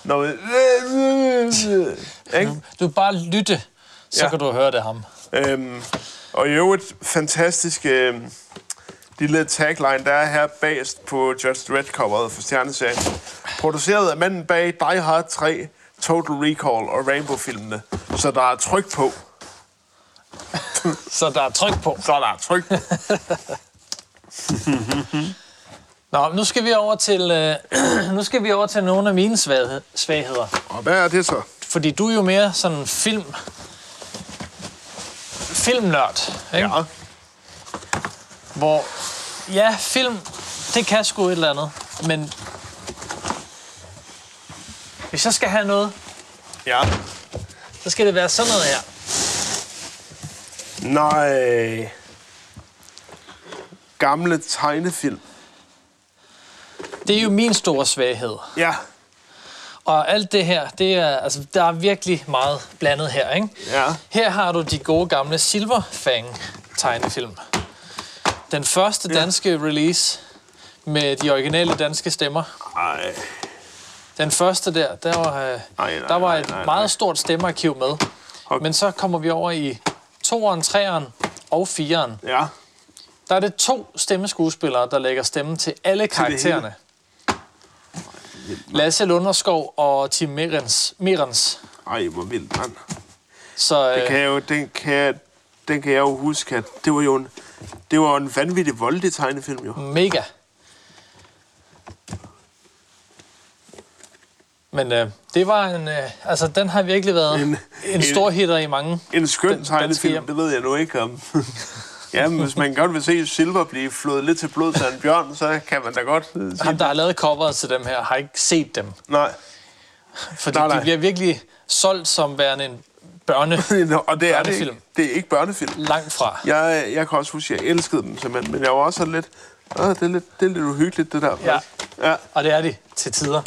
Når man, ikke? Du bare lytte, så Ja. kan du høre det ham. Øhm, og i øvrigt, fantastisk øh, lille tagline, der er her bagest på Just Red coveret for Stjerneserien. Produceret af manden bag Die Hard 3, Total Recall og Rainbow-filmene. Så der er tryk på. Så der er tryk på. Så der er tryk på. Nå, nu skal vi over til, øh, nu skal vi over til nogle af mine svaghed- svagheder. Og hvad er det så? Fordi du er jo mere sådan film... Filmnørd, ikke? Ja. Hvor, ja, film, det kan sgu et eller andet, men... Hvis jeg skal have noget, Ja. så skal det være sådan noget her. Nej. Gamle tegnefilm. Det er jo min store svaghed. Ja. Og alt det her, det er, altså, der er virkelig meget blandet her, ikke? Ja. Her har du de gode gamle Silverfang tegnefilm. Den første danske release med de originale danske stemmer. Ej. Den første der, der var, øh, nej, der var nej, et nej, nej. meget stort stemmearkiv med. Okay. Men så kommer vi over i 2'eren, 3'eren og 4'eren. Ja. Der er det to stemmeskuespillere, der lægger stemme til alle karaktererne. Lasse Lunderskov og Tim Merens. Merens. Ej, hvor vildt, mand. Så Det øh, kan jeg jo, den kan jeg, den kan jeg jo huske, at det var jo en, det var en vanvittig voldelig tegnefilm, jo. mega. Men øh, det var en... Øh, altså, den har virkelig været en, En- en en- stor hitter i mange. En Den- skøn den skal hjem. tegnefilm, det ved jeg nu ikke om. Jamen, hvis man godt vil se Silver blive flået lidt til blods af en bjørn, så kan man da godt øh, sige... Ham, der har lavet coveret til dem her, har ikke set dem. Nej, Fordi Nej, nej. nej, nej. de bliver virkelig solgt som værende en børne og det er det Børnefilm. ikke. Det er ikke børnefilm. langt fra. Jeg, jeg kan også huske, at jeg elskede dem simpelthen, men jeg var også sådan lidt... Åh, det er lidt, det er lidt uhyggeligt, det der. Ja. ja. Og det er de til tider.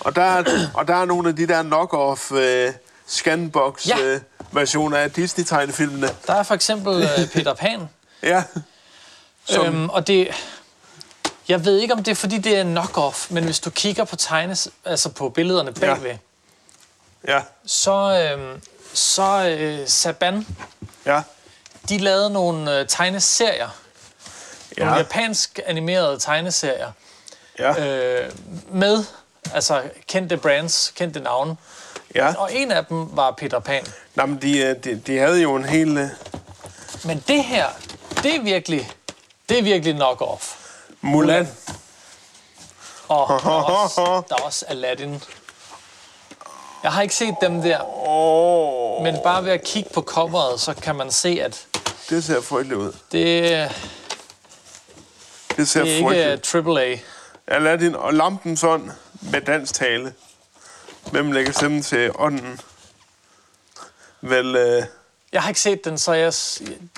Og der, er, og der er nogle af de der knock-off øh, scanbox Ja. ja. øh, versioner af Disney-tegnefilmene. Der er for eksempel øh, Peter Pan. Ja. Som- Øhm, og det... Jeg ved ikke, om det er, fordi det er knock-off, men hvis du kigger på tegnes, altså på billederne bagved, ja. Ja. så, øhm, så øh, Saban, Ja. de lavede nogle øh, tegneserier. Ja. Nogle Ja. japansk animerede tegneserier. Ja. Øh, med altså kendte brands, kendte navne. ja. Og en af dem var Peter Pan. Nå, men de, øh, de, de havde jo en hel... øh, Men det her, det er virkelig, det er virkelig knock-off. Mulan. Og der er, også, der er også Aladdin. Jeg har ikke set dem der, Åh, men bare ved at kigge på coveret, så kan man se, at det ser frygteligt ud. det, Det ser det er det ikke frygteligt ud. øh, AAA. Aladdin og lampens ånd med dansk tale. Hvem lægger stemmen til ånden? Vel, øh, Jeg har ikke set den, så jeg,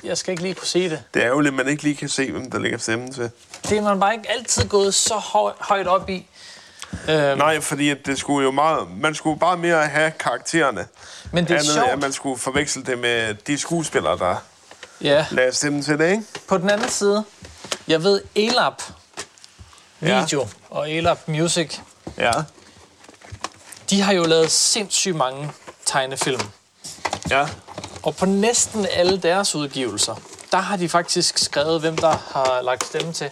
jeg skal ikke lige kunne se det. det er ærgerligt, at man ikke lige kan se, hvem der lægger stemmen til. Det er man bare ikke altid gået så høj, højt op i. Øhm, Nej, fordi at det skulle jo meget, man skulle bare mere have karaktererne. men det er Andet, at man sjovt. skulle forveksle det med de skuespillere, der Ja. lagde stemmen til det, ikke? På den anden side, jeg ved Elap Video og Elap Music, Ja. de har jo lavet sindssygt mange tegnefilm. Ja. Og på næsten alle deres udgivelser, der har de faktisk skrevet, hvem der har lagt stemme til.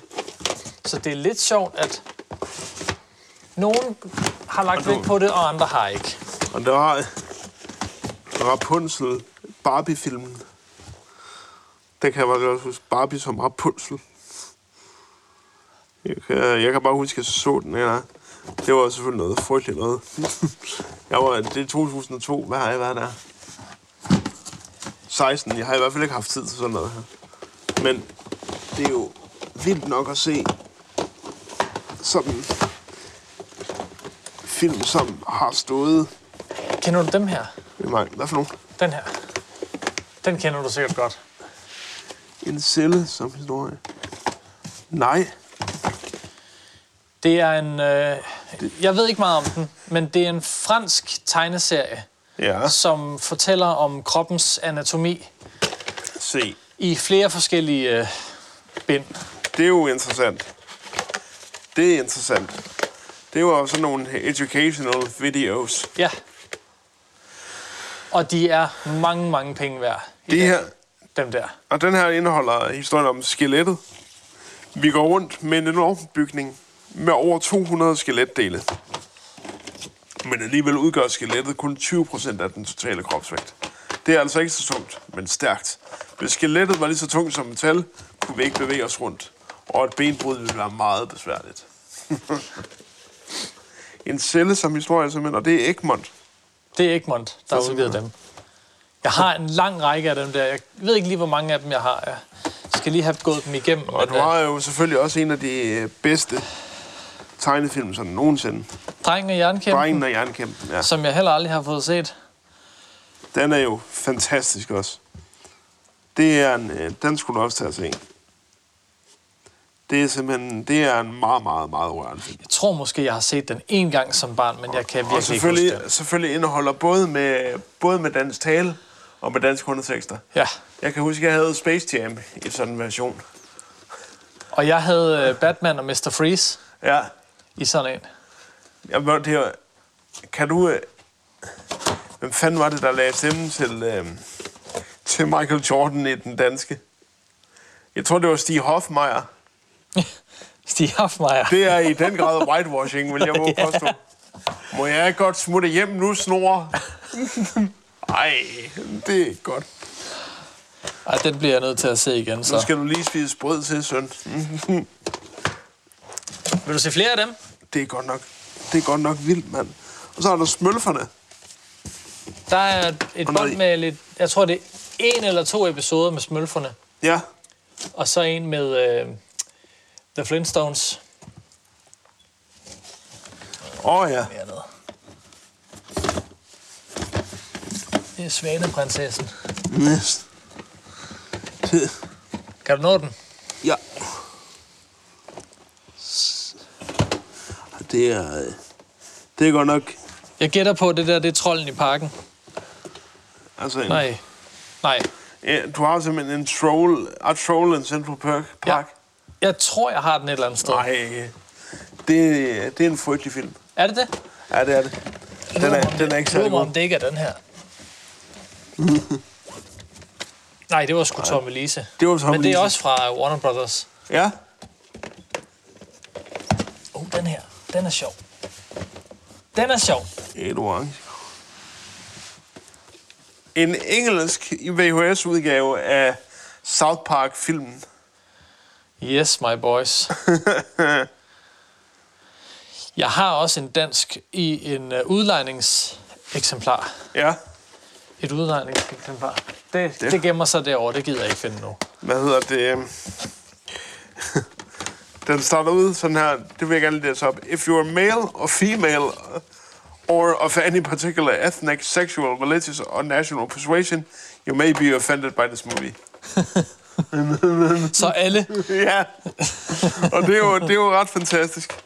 Så det er lidt sjovt, at nogen har lagt vægt på det, og andre har ikke. Og der var Rapunzel, Barbie-filmen. Der kan jeg bare godt huske Barbie som Rapunzel. Jeg kan, jeg kan bare huske, at jeg så den her. Det var selvfølgelig noget frygteligt noget. jeg var, det er 2002. Hvad har jeg været der? 16. Jeg har i hvert fald ikke haft tid til sådan noget her. Men det er jo vildt nok at se sådan film, som har stået Kender du dem her? i mange. Hvad for nogen? Den her. Den kender du sikkert godt. En celle som historie. Nej. Det er en... Øh, jeg ved ikke meget om den, men det er en fransk tegneserie, Ja. som fortæller om kroppens anatomi Se. i flere forskellige øh, bind. Det er jo interessant. Det er interessant. Det var jo sådan nogle educational videos. Ja. Og de er mange, mange penge værd. Det her, Dem der. og den her indeholder historien om skelettet. Vi går rundt med en enorm bygning med over 200 skeletdele. Men alligevel udgør skelettet kun 20% af den totale kropsvægt. Det er altså ikke så tungt, men stærkt. Hvis skelettet var lige så tungt som metal, kunne vi ikke bevæge os rundt. Og et benbrud ville være meget besværligt. en celle som historie simpelthen, og det er Egmont. Det er Egmont, der har udgivet dem. Jeg har en lang række af dem der. Jeg ved ikke lige, hvor mange af dem jeg har. Jeg skal lige have gået dem igennem. Og men, du har jo selvfølgelig også en af de øh, bedste tegnefilm, sådan nogensinde. øh, Drengen og Jernkæmpen, Drengen og jernkæmpen, ja. som jeg heller aldrig har fået set. Den er jo fantastisk også. Det er en, øh, den skulle du også tage at se. Det er simpelthen, det er en meget, meget, meget rørende film. Jeg tror måske, jeg har set den en gang som barn, men jeg kan Og virkelig ikke huske den. selvfølgelig, selvfølgelig indeholder både med, både med dansk tale og med dansk undertekster. Ja, Jeg kan huske, at jeg havde Space Jam i sådan en version. Og jeg havde øh, Batman og Mr. Freeze Ja. i sådan en. Jeg var det her. Kan du... Øh, hvem fanden var det, der lagde stemmen til, øh, til Michael Jordan i den danske? Jeg tror, det var Stig Hofmeier. Stig Hoffmeier. Det er i den grad whitewashing, vil jeg må Ja. påstå. Må jeg godt smutte hjem nu, snor? Ej, det er ikke godt. Ej, den bliver jeg nødt til at se igen, så. Nu skal du lige spise brød til, søn. Vil du se flere af dem? Det er godt nok, det er godt nok vildt, mand. Og så er der smølferne. Der er et Og noget bånd i. med lidt... Jeg tror, det er en eller to episoder med smølferne. Ja, Og så en med øh, The Flintstones. åh oh, ja. dernede. Det er Svaneprinsessen. Næst. Kan du nå den? Ja. Det er, øh, det er godt nok... Jeg gætter på, at det der det er trolden i parken. Altså en, Nej. Nej. Ja, du har simpelthen en troll, a troll in Central Park. Park. Jeg tror, jeg har den et eller andet sted. Nej, det, det er en frygtelig film. Er det det? Ja, det er det. Den er, den er ikke så særlig god. om god. det ikke er den her. Nej, det var sgu Tom Elise. Det var Tom Men det er Elise. også fra Warner Brothers. Ja, Oh, den her. Den er sjov. Den er sjov. et orange. En engelsk VHS-udgave af South Park-filmen. Yes, my boys. Jeg har også en dansk i en øh, udlejningseksemplar. Ja, Et udlejningseksemplar. Det, det. det gemmer sig derovre, det gider jeg ikke finde nu. hvad hedder det? Den starter ud sådan her, det vil jeg gerne læse op. If you're male or female, or of any particular ethnic, sexual, religious or national persuasion, you may be offended by this movie. Så alle, Ja, og det er, jo, det er jo ret fantastisk.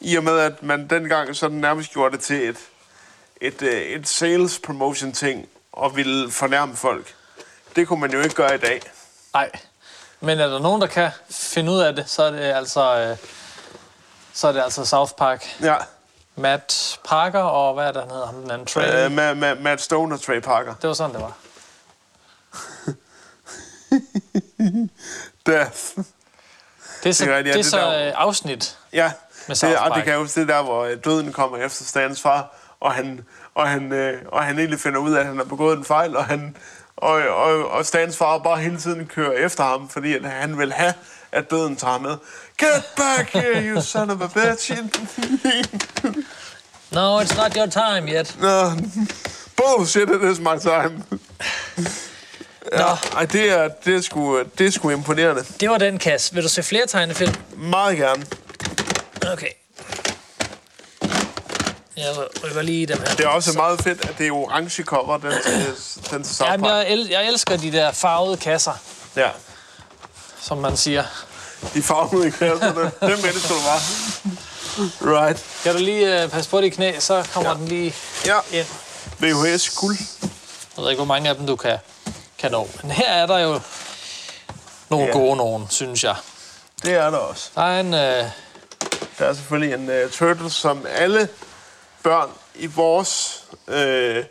I og med, at man dengang sådan nærmest gjorde det til et, et, øh, et sales promotion ting, og ville fornærme folk. Det kunne man jo ikke gøre i dag. nej. Men er der nogen, der kan finde ud af det, så er det altså, øh, så er det altså South Park. Ja, Matt Parker og hvad er det, han hedder? Ham den anden Trey. øh, med, med, Matt Stone og Trey Parker. Det var sådan, det var. Death. Det er Det så, det er er rigtigt, ja, det er det så der- øh, afsnit. Ja, Med det, South og det Park. kan jeg huske, det er der, hvor øh, døden kommer efter Stans far, og han, og han, øh, og han egentlig finder ud af, at han har begået en fejl, og, han, og, og, og Stans far bare hele tiden kører efter ham, fordi at han vil have, at døden tager ham med. Get back here, you son of a bitch! No, it's not your time yet. Nå, bullshit, it is my time. Nå, Ej, det er, det, er sgu, øh, det er sgu imponerende. det var den kasse. Vil du se flere tegnefilm? Meget gerne. Okay. Jeg rykker lige dem her. Det er også meget fedt, at det er orange cover, den til, den til South Jamen, Park. jeg, el- jeg elsker de der farvede kasser, Ja. som man siger. De farvede kasserne. Dem er det, du var. Right. Kan du lige øh, passe på dit knæ, så kommer ja. den lige Ja. ind. VHS guld. Jeg ved ikke, hvor mange af dem du kan, kan nå. Men her er der jo nogle Ja. ja. gode nogen, synes jeg. Det er der også. Der er en... Øh, Der er selvfølgelig en uh, turtle, som alle børn i vores, øh,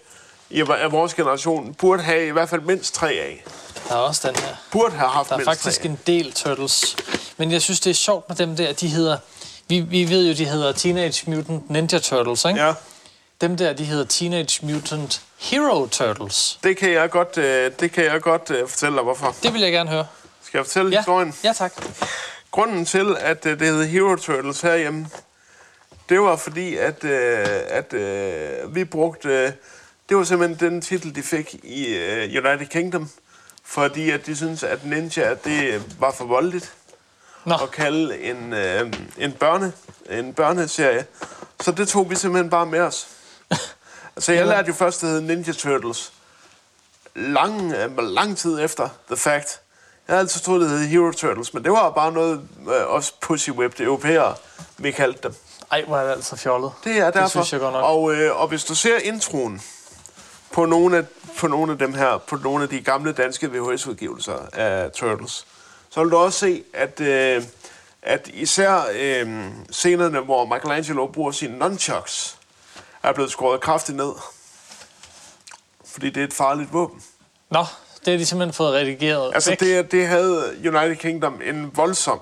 i, af vores generation burde have i hvert fald mindst tre af. der er også den her. Burde have haft Der er mindst faktisk tre af. en del Turtles. Men jeg synes, det er sjovt med dem der, de hedder... Vi, vi ved jo, de hedder Teenage Mutant Ninja Turtles, ikke? Ja, Dem der, de hedder Teenage Mutant Hero Turtles. det kan jeg godt, øh, det kan jeg godt øh, fortælle dig, hvorfor. Det vil jeg gerne høre. Skal jeg fortælle Ja, historien? ja tak. Grunden til, at øh, det hed Hero Turtles herhjemme, det var fordi, at, øh, at øh, vi brugte... Øh, det var simpelthen den titel, de fik i øh, United Kingdom, fordi at de syntes, at ninja det øh, var for voldeligt Nå, at kalde en, øh, en, børne, en børneserie. Så det tog vi simpelthen bare med os. Så jeg lærte jo først, det hed Ninja Turtles. Lang, øh, lang tid efter The Fact. Jeg havde altid troet, det hed Hero Turtles, men det var bare noget, øh, os pussywhipped europæere, vi kaldte dem. ej, hvor er det altså fjollet. Det er derfor. Det synes jeg godt nok. Og, øh, og hvis du ser introen på nogle, af, på nogle af dem her, på nogle af de gamle danske VHS-udgivelser af Turtles, så vil du også se, at øh, at især øh, scenerne, hvor Michelangelo bruger sine nunchucks, er blevet skåret kraftigt ned. Fordi det er et farligt våben. Nå, det har de simpelthen fået redigeret Altså, væk. det, det havde United Kingdom en voldsom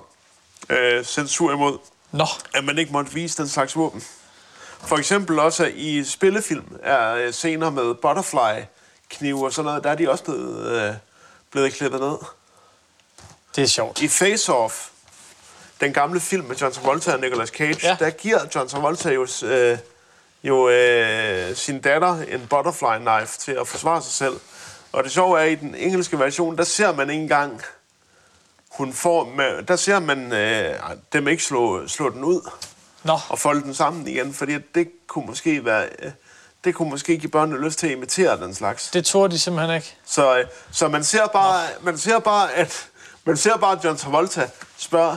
øh, censur imod, Nå, at man ikke måtte vise den slags våben. For eksempel også i spillefilm er øh, scener med butterfly-knive og sådan noget, der er de også blevet, øh, blevet klippet ned. det er sjovt. I Face Off, den gamle film med John Travolta og Nicolas Cage, Ja. ja. der giver John Travolta jo, s- øh, jo øh, sin datter en butterfly knife til at forsvare sig selv. Og det sjove er, at i den engelske version, der ser man ikke engang, hun får med, der ser man øh, dem ikke slå, slå den ud Nå, og folde den sammen igen, fordi at det kunne måske være... Øh, det kunne måske give børnene lyst til at imitere den slags. det turde de simpelthen ikke. Så, øh, så man, ser bare, man ser bare, at man ser bare, at John Travolta spørger,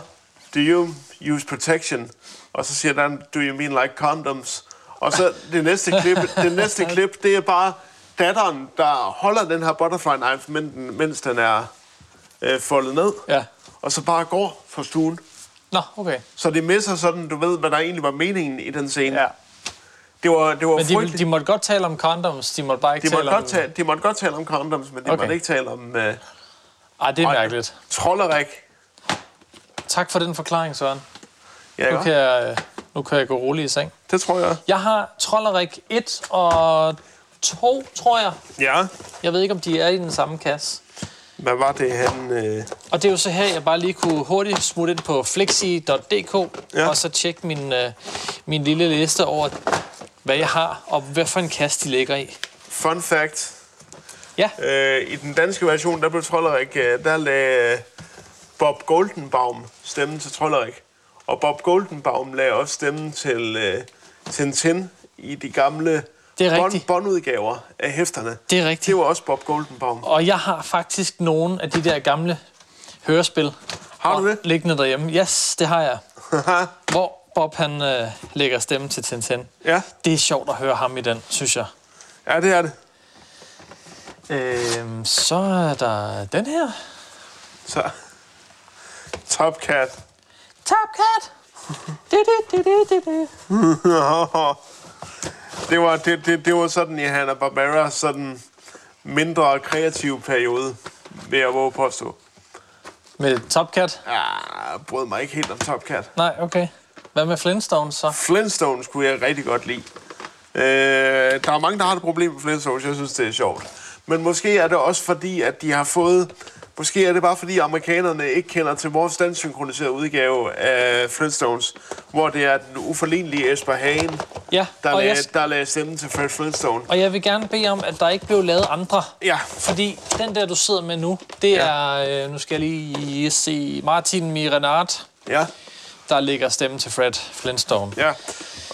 do you use protection? Og så siger han, do you mean like condoms? Og så det næste klip, det næste klip, det er bare datteren, der holder den her butterfly knife, men den- mens den er øh, foldet ned. Ja. Og så bare går fra stuen. Nå, okay. Så det misser sådan, du ved, hvad der egentlig var meningen i den scene. Ja. Det var, det var Men de, frygteligt. de måtte godt tale om condoms, de måtte bare ikke de, måtte tale om... godt tale, de måtte godt tale om condoms, men de Okay. måtte ikke tale om... Øh, Ej, det er Ej. mærkeligt. Trollerik. Tak for den forklaring, Søren. Ja, Nu kan jeg, øh, nu kan jeg gå rolig i seng. Det tror jeg. Jeg har Trollerik 1 og 2, tror jeg. Ja. Jeg ved ikke, om de er i den samme kasse. Hvad var det, han... Øh... Og det er jo så her, jeg bare lige kunne hurtigt smutte ind på flexi.dk ja. Ja. og så tjekke min, øh, min lille liste over, hvad jeg har, og hvad for en kasse de ligger i. Fun fact. Ja, Øh, I den danske version, der blev Trollerik... Øh, der lagde øh, Bob Goldenbaum stemmen til Trollerik. Og Bob Goldenbaum lagde også stemmen til øh, Tintin i de gamle Det er bånd- rigtigt. båndudgaver af hæfterne. det er rigtigt. Det var også Bob Goldenbaum. Og jeg har faktisk nogle af de der gamle hørespil. Har du det? Liggende derhjemme. Yes, det har jeg. Hvor Bob han øh, lægger stemme til Tintin. ja. Det er sjovt at høre ham i den, synes jeg. ja, det er det. Øh. Øhm, så er der den her. Så. Top Cat. Top Cat! Du, du, du, du, du, du. det, var, det, det, det var sådan i Hanna-Barbera, sådan mindre kreativ periode, vil jeg våge påstå. Med Top Cat? Ah, jeg brød mig ikke helt om Top Cat. Nej, okay. Hvad med Flintstones så? Flintstones kunne jeg rigtig godt lide. Øh, der er mange, der har et problem med Flintstones. Jeg synes, det er sjovt. Men måske er det også fordi, at de har fået... Måske er det bare fordi, amerikanerne ikke kender til vores danssynkroniserede udgave af Flintstones, hvor det er den uforlignelige Esper Hagen, Ja, der, og lagde, jeg, der lagde stemmen til Fred Flintstone. og jeg vil gerne bede om, at der ikke blev lavet andre. Ja. Fordi den der, du sidder med nu, det ja. Ja. er, øh, nu skal jeg lige se, Martin Mirenard, Ja, der lægger stemme til Fred Flintstone. ja.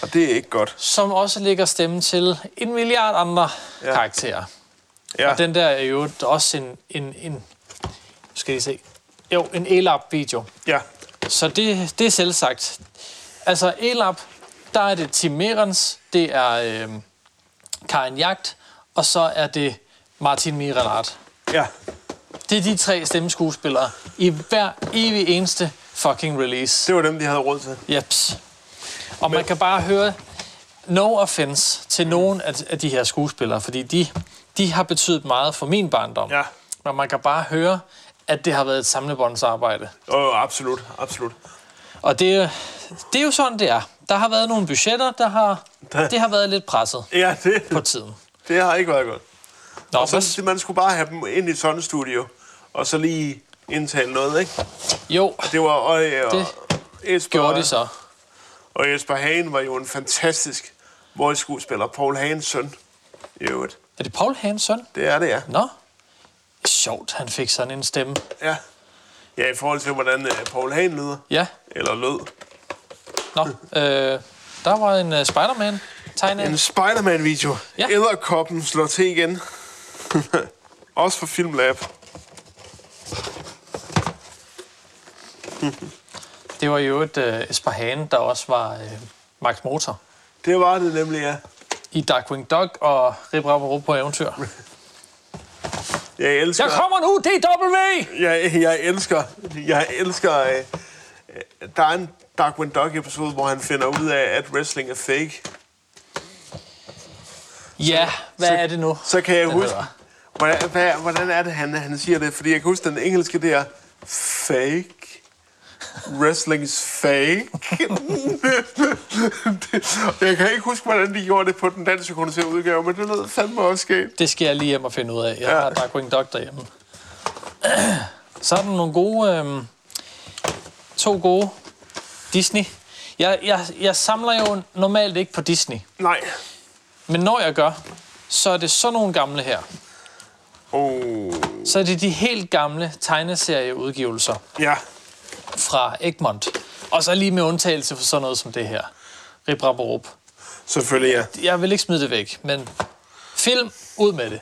Og det er ikke godt. Som også lægger stemme til en milliard andre ja. Ja. karakterer. Ja. Og den der er jo også en, en, en nu skal jeg lige se, jo, en elap-video. Ja. Så det, det er selvsagt. Altså Elap, der er det Tim Merens, det er øh, Karen Jagt, og så er det Martin Mirenart. Ja. Det er de tre stemmeskuespillere i hver evig eneste fucking release. Det var dem, de havde råd til. Jeps. Og man kan bare høre no offense til nogen af, af de her skuespillere, fordi de, de har betydet meget for min barndom. Ja. Men man kan bare høre, at det har været et samlebåndsarbejde. Åh, absolut. Absolut. Og det, er- det er jo sådan, det er. Der har været nogle budgetter, der har, Der- det har været lidt presset Ja, på det, tiden. det har ikke været godt. Nå, Og hvad, så, man skulle bare have dem ind i sådan et studio, og så lige indtale noget, ikke? jo, Det var, og, og, Det Esper, gjorde de så. Og Jesper Hagen var jo en fantastisk voice-skuespiller. Paul Hagens søn, i øvrigt. Er det Paul Hagens søn? Det er det, ja. Nå, sjovt, han fik sådan en stemme. Ja, ja i forhold til, hvordan øh, Paul Hagen lyder. Ja, Eller lød. nå, øh, der var en uh, Spider-Man tegnet. En Spider-Man-video. Ja. Ja. Æderkoppen slår til igen. Også for Filmlab. Det var jo et uh, Esper Hagen, der også var uh, Max Motor Det var det nemlig, ja. i Darkwing Dog og Rip Rap og Rup på eventyr. Jeg elsker... Jeg kommer nu, E! DW! Jeg, jeg elsker... Jeg elsker... Øh, øh, der er en Dark Wind Dog episode, hvor han finder ud af, at wrestling er fake. Ja, hvad er det nu? Så kan jeg den huske... hedder? Hvordan, hvad, hvordan er det, han, han siger det? Fordi jeg kan huske den engelske der... Fake. Wrestling's fake. Det- jeg kan ikke huske, hvordan de gjorde det på den danske konditionerede udgave, men det lød fandme også skægt. Det skal jeg lige hjem og finde ud af. Jeg Ja. har Darkwing Duck derhjemme. Så er der nogle gode... Øh, to gode Disney. Jeg, jeg, jeg samler jo normalt ikke på Disney. Nej. Men når jeg gør, så er det sådan nogle gamle her. Oh. Så er det de helt gamle tegneserieudgivelser Ja. fra Egmont. Og så lige med undtagelse for sådan noget som det her. Rip, rap og rup. Selvfølgelig, ja. Jeg vil ikke smide det væk, men film, ud med det.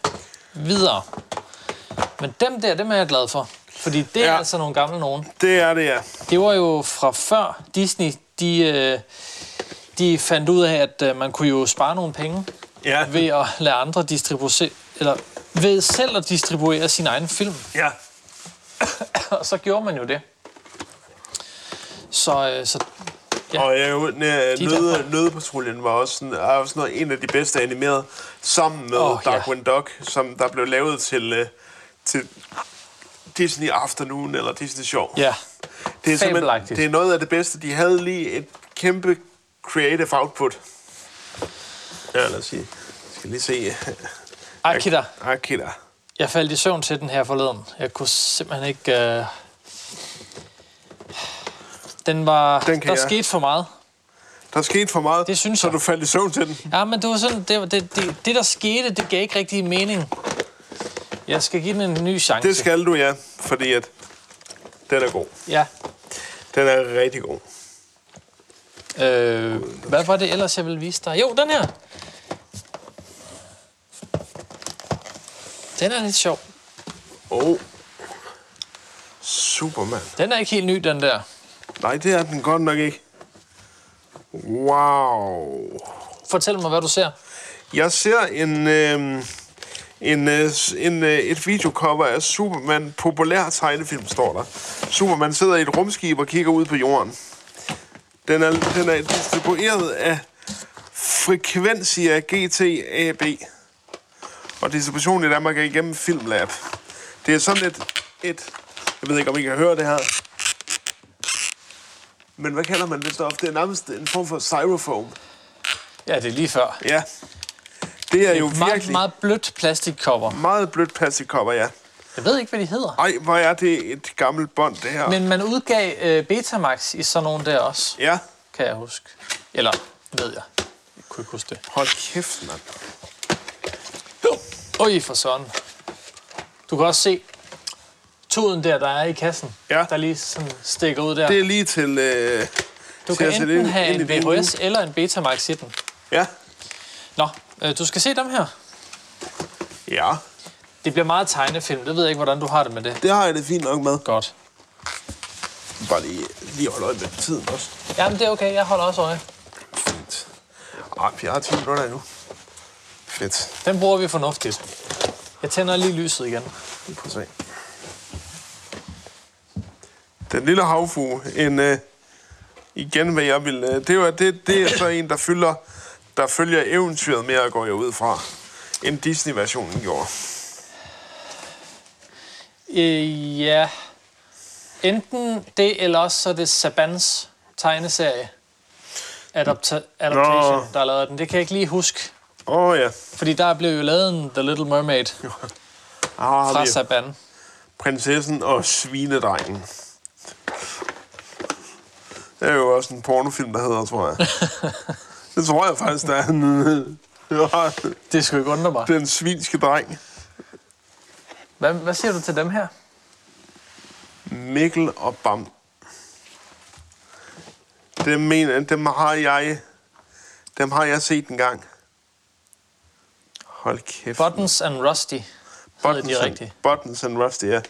Videre. Men dem der, dem er jeg glad for. Fordi det er Ja. ja. altså nogle gamle nogen. Det er det, ja. Det var jo fra før Disney, de, øh, de fandt ud af, at øh, man kunne jo spare nogle penge Ja. ved at lade andre distribuere, eller ved selv at distribuere sin egen film. Ja. Og så gjorde man jo det. Så, øh, så Ja. Og jeg, er jo- næ- De er nøde, derfor. Nødepatruljen var også, sådan, er også noget, en af de bedste animerede, sammen med Åh, oh, ja. Dark Wind Dog, som der blev lavet til, øh, til Disney Afternoon eller Disney Show. ja, det er, simpelthen- fabelagtigt. det er noget af det bedste. De havde lige et kæmpe creative output. Ja, lad os sige. Jeg skal lige se. øh, Akita, Akita. jeg faldt i søvn til den her forleden. Jeg kunne simpelthen ikke... Øh... Den var... Den kan der jeg. skete for meget. Der skete for meget, Det synes så jeg. du faldt i søvn til den. Ja, men det var sådan, det, var- det, det, det der skete, det gav ikke rigtig mening. Jeg skal give den en ny chance. Det skal du, ja. Fordi at den er god. Ja. Den er rigtig god. Øh, hvad var det ellers, jeg ville vise dig? Jo, den her. Den er lidt sjov. Oh. Superman. Den er ikke helt ny, den der. Nej, det er den godt nok ikke. Wow. Fortæl mig, hvad du ser. Jeg ser en, øh, en, øh, s- en øh, et videocover af Superman populær tegnefilm, står der. Superman sidder i et rumskib og kigger ud på jorden. Den er, den er distribueret af Frekvensia GTAB. Og distributionen i Danmark er igennem Filmlab. Det er sådan et, et... Jeg ved ikke, om I kan høre det her. Men hvad kalder man det stof? Det er nærmest en form for styrofoam. Ja, det er lige før. Det Ja. Det er jo er meget, virkelig meget blødt plastikcover. meget blødt plastikkopper, ja. Jeg ved ikke, hvad de hedder. Ej, hvor er det et gammelt bånd, det her. Men man udgav øh, Betamax i sådan nogle der også, Ja, kan jeg huske. Eller, ved jeg. Jeg kunne ikke huske det. hold kæft, mand. Øj, for sådan. Du kan også se tuden der, der er i kassen, Ja. der lige sådan stikker ud der. Det er lige til... Øh, du til kan at sætte enten ind- have ind i en din VHS uge. eller en Betamax i den. Ja, Nå, øh, du skal se dem her. ja. Det bliver meget tegnefilm. Det ved jeg ikke, hvordan du har det med det. Det har jeg det fint nok med. Godt. Bare lige, lige holde øje med tiden også. Jamen, det er okay. Jeg holder også øje. Fint. Ej, jeg har 10 minutter endnu. Fedt. Den bruger vi fornuftigt. Jeg tænder lige lyset igen. Lige prøv at se. Den lille havfru, en... Øh, igen, hvad jeg vil... Øh, det, er jo, det, det er så en, der fylder... Der følger eventyret mere, går jeg ud fra, end Disney-versionen gjorde. Øh, ja. Enten det, eller også så er det Sabans tegneserie. Adapta- adaptation, Nå. der har lavet den. Det kan jeg ikke lige huske. Åh oh, ja. Fordi der blev jo lavet en The Little Mermaid Ah, fra det er Saban. prinsessen og svinedrengen. Det er jo også en pornofilm, der hedder, tror jeg. det tror jeg faktisk, der er en... Ja, Det skulle ikke undre mig. den svinske dreng. Hvad, hvad siger du til dem her? Mikkel og Bam. Dem, mener, dem har jeg... Dem har jeg set en gang. Hold kæft. Buttons and Rusty. Buttons de and, rigtigt. Buttons and Rusty, ja.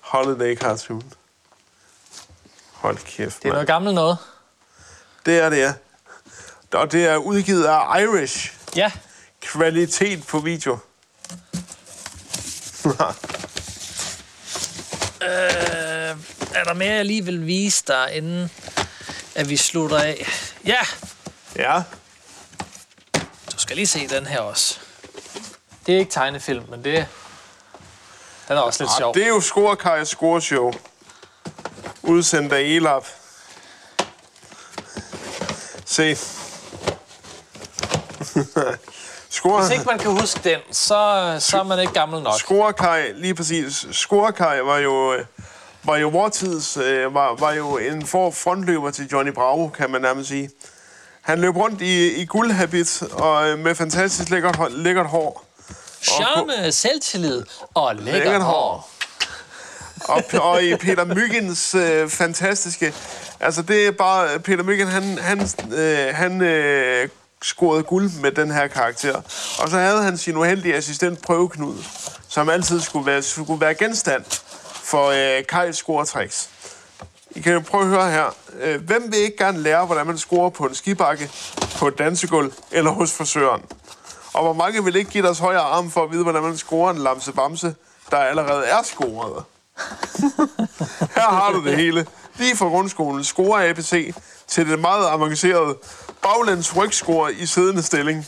Holiday cartoon. Hold kæft, Det er mand. noget gammelt noget. Det er det, ja. Og det er udgivet af Irish. Ja, Kvalitet på video. øh, er der mere, jeg lige vil vise dig, inden at vi slutter af? Ja, Ja. du skal lige se den her også. Det er ikke tegnefilm, men det den er også lidt sjov. Ah, Det er jo Scorekaj Scoreshow. Udsendt af Elap. Se. Score, Hvis ikke man kan huske den, så, så er man ikke gammel nok. Scorekaj, lige præcis. Scorekaj var jo... øh, Var jo vortids, øh, var, var jo en for frontløber til Johnny Bravo, kan man nærmest sige. Han løb rundt i, i guldhabit og øh, med fantastisk lækkert, hår- lækkert hår. Charme, selvtillid og lækkert Lækkert hår. hår. og, og i Peter Myggens øh, fantastiske... Altså, det er bare... Peter Myggen, han, han, øh, han øh, scorede guld med den her karakter. Og så havde han sin uheldige assistent Prøveknud, som altid skulle være, skulle være genstand for øh, Kajs scoretricks. I kan jo prøve at høre her. Øh, Hvem vil ikke gerne lære, hvordan man scorer på en skibakke, på et dansegulv eller hos frisøren? Og hvor mange vil ikke give deres højre arm for at vide, hvordan man scorer en lamse-bamse, der allerede er scoret? Her har du det hele. Lige fra grundskolen score ABC til det meget avancerede baglæns rygscore i siddende stilling.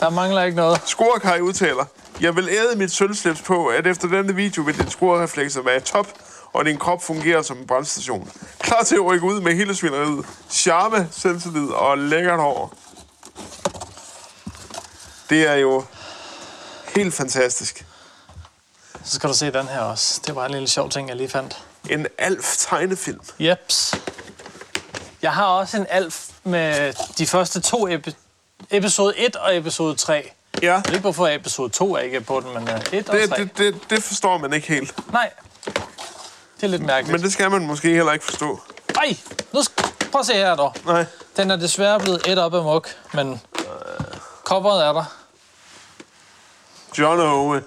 Der mangler ikke noget. Scorekaj udtaler, jeg vil æde mit sølvslips på, at efter denne video vil din scorereflekser være i top, og din krop fungerer som en brandstation. Klar til at rykke ud med hele svineriet. Charme, selvtillid og lækkert hår. Det er jo helt fantastisk. Så skal du se den her også. Det var en lille sjov ting, jeg lige fandt. En alf-tegnefilm. Jeps. Jeg har også en alf med de første to epi- episode 1 og episode 3. Jeg Ja, ved ikke, hvorfor episode 2 er ikke på den, men 1 og 3. det, det, det, det forstår man ikke helt. Nej. Det er lidt mærkeligt. Men det skal man måske heller ikke forstå. Ej, nu sk- prøv at se her, dog. Nej. Den er desværre blevet et op af muk, men coveret er der. John Owe.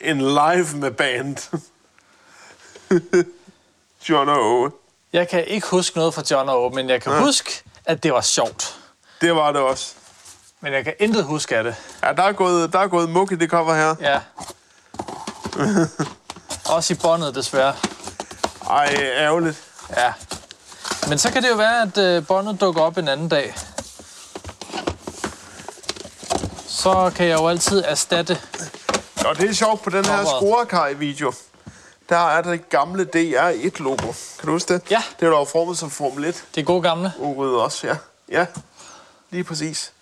En live med band. John Owe. Jeg kan ikke huske noget fra John og Åben, men jeg kan huske, at det var sjovt. Det var det også. Men jeg kan intet huske af det. Ja, der er gået, der er gået muk i det cover her. Ja. Også i båndet, desværre. Ej, ærgerligt. Ja. Men så kan det jo være, at øh, båndet dukker op en anden dag. Så kan jeg jo altid erstatte. Og det er sjovt på den her Coveret. scorekaj-video. Der er det gamle DR1-logo. Kan du huske det? Ja. Det var formet som Formel 1. Det gode gamle. Urød også, ja. Ja, lige præcis.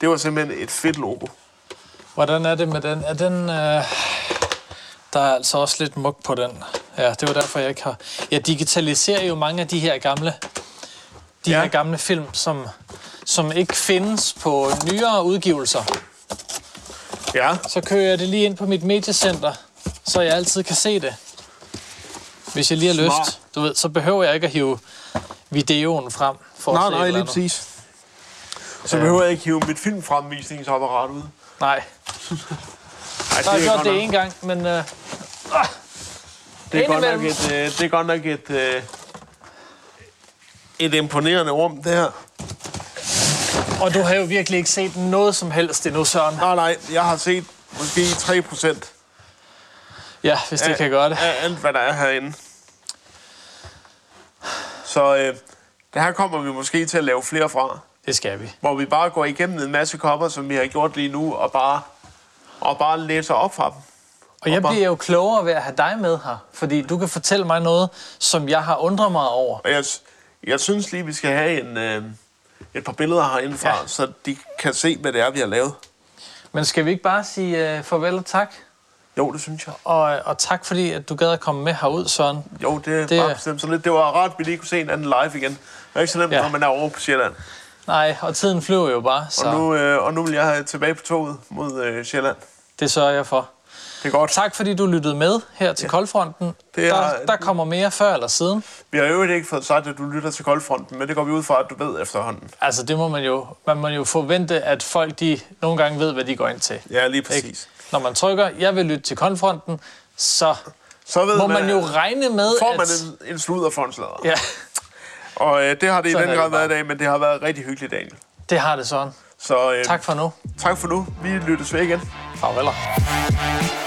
Det var simpelthen et fedt logo. Hvordan er det med den? Er den... Øh... Der er altså også lidt muk på den. Ja, det var derfor, jeg ikke har... Jeg digitaliserer jo mange af de her gamle, de ja. Ja. her gamle film, som, som ikke findes på nyere udgivelser. Ja. Så kører jeg det lige ind på mit mediecenter, så jeg altid kan se det. Hvis jeg lige har Smart. lyst, du ved, så behøver jeg ikke at hive videoen frem for at se Nej, et nej, eller lige andet. præcis. Så behøver jeg ikke hive mit filmfremvisningsapparat ud. Nej, Ej, så har jeg gjort godt det nok- en gang, men øh, det er godt nok indimellem. et, øh, det er godt nok et, øh, et imponerende rum, det her. og du har jo virkelig ikke set noget som helst endnu, Søren. Nej, nej, jeg har set måske 3 procent Ja, hvis det kan gøre det. af alt, hvad der er herinde. Så øh, det her kommer vi måske til at lave flere fra, Det skal vi. hvor vi bare går igennem en masse kopper, som vi har gjort lige nu, og bare, og bare læser op fra dem. Og jeg Hopper. bliver jo klogere ved at have dig med her, fordi du kan fortælle mig noget, som jeg har undret mig over. Og jeg, jeg synes lige, vi skal have en, øh, et par billeder herindefra, Ja. ja. så de kan se, hvad det er, vi har lavet. Men skal vi ikke bare sige øh, farvel og tak? Jo, det synes jeg. Og, øh, og tak fordi, at du gad at komme med herud, Søren. Jo, det, Det- det... Var bestemt så lidt. Det var rart, at vi lige kunne se en anden live igen. Det er ikke så nemt, Ja. ja. når man er over på Sjælland. Nej, og tiden flyver jo bare, så Og nu, øh, og nu vil jeg tilbage på toget mod øh, Sjælland. det sørger jeg for. Det er godt. Tak fordi du lyttede med her til ja. Koldfronten. Det er- der, der kommer mere før eller siden. Vi har i øvrigt ikke fået sagt, at du lytter til Koldfronten, men det går vi ud fra, at du ved efterhånden. Altså, det må man jo, man må jo forvente, at folk de nogle gange ved, hvad de går ind til. Ja, lige præcis. Ikke? Når man trykker, jeg vil lytte til Koldfronten, så Så ved øh, må man jo regne med, Får at... man en, en sludder for en sladder. Ja, Og øh, det har det i Sådan er den det grad bare. været i dag, men det har været rigtig hyggeligt, Daniel. det har det sådan. Så øh, Tak for nu. tak for nu. Vi lyttes ved igen. Farveler.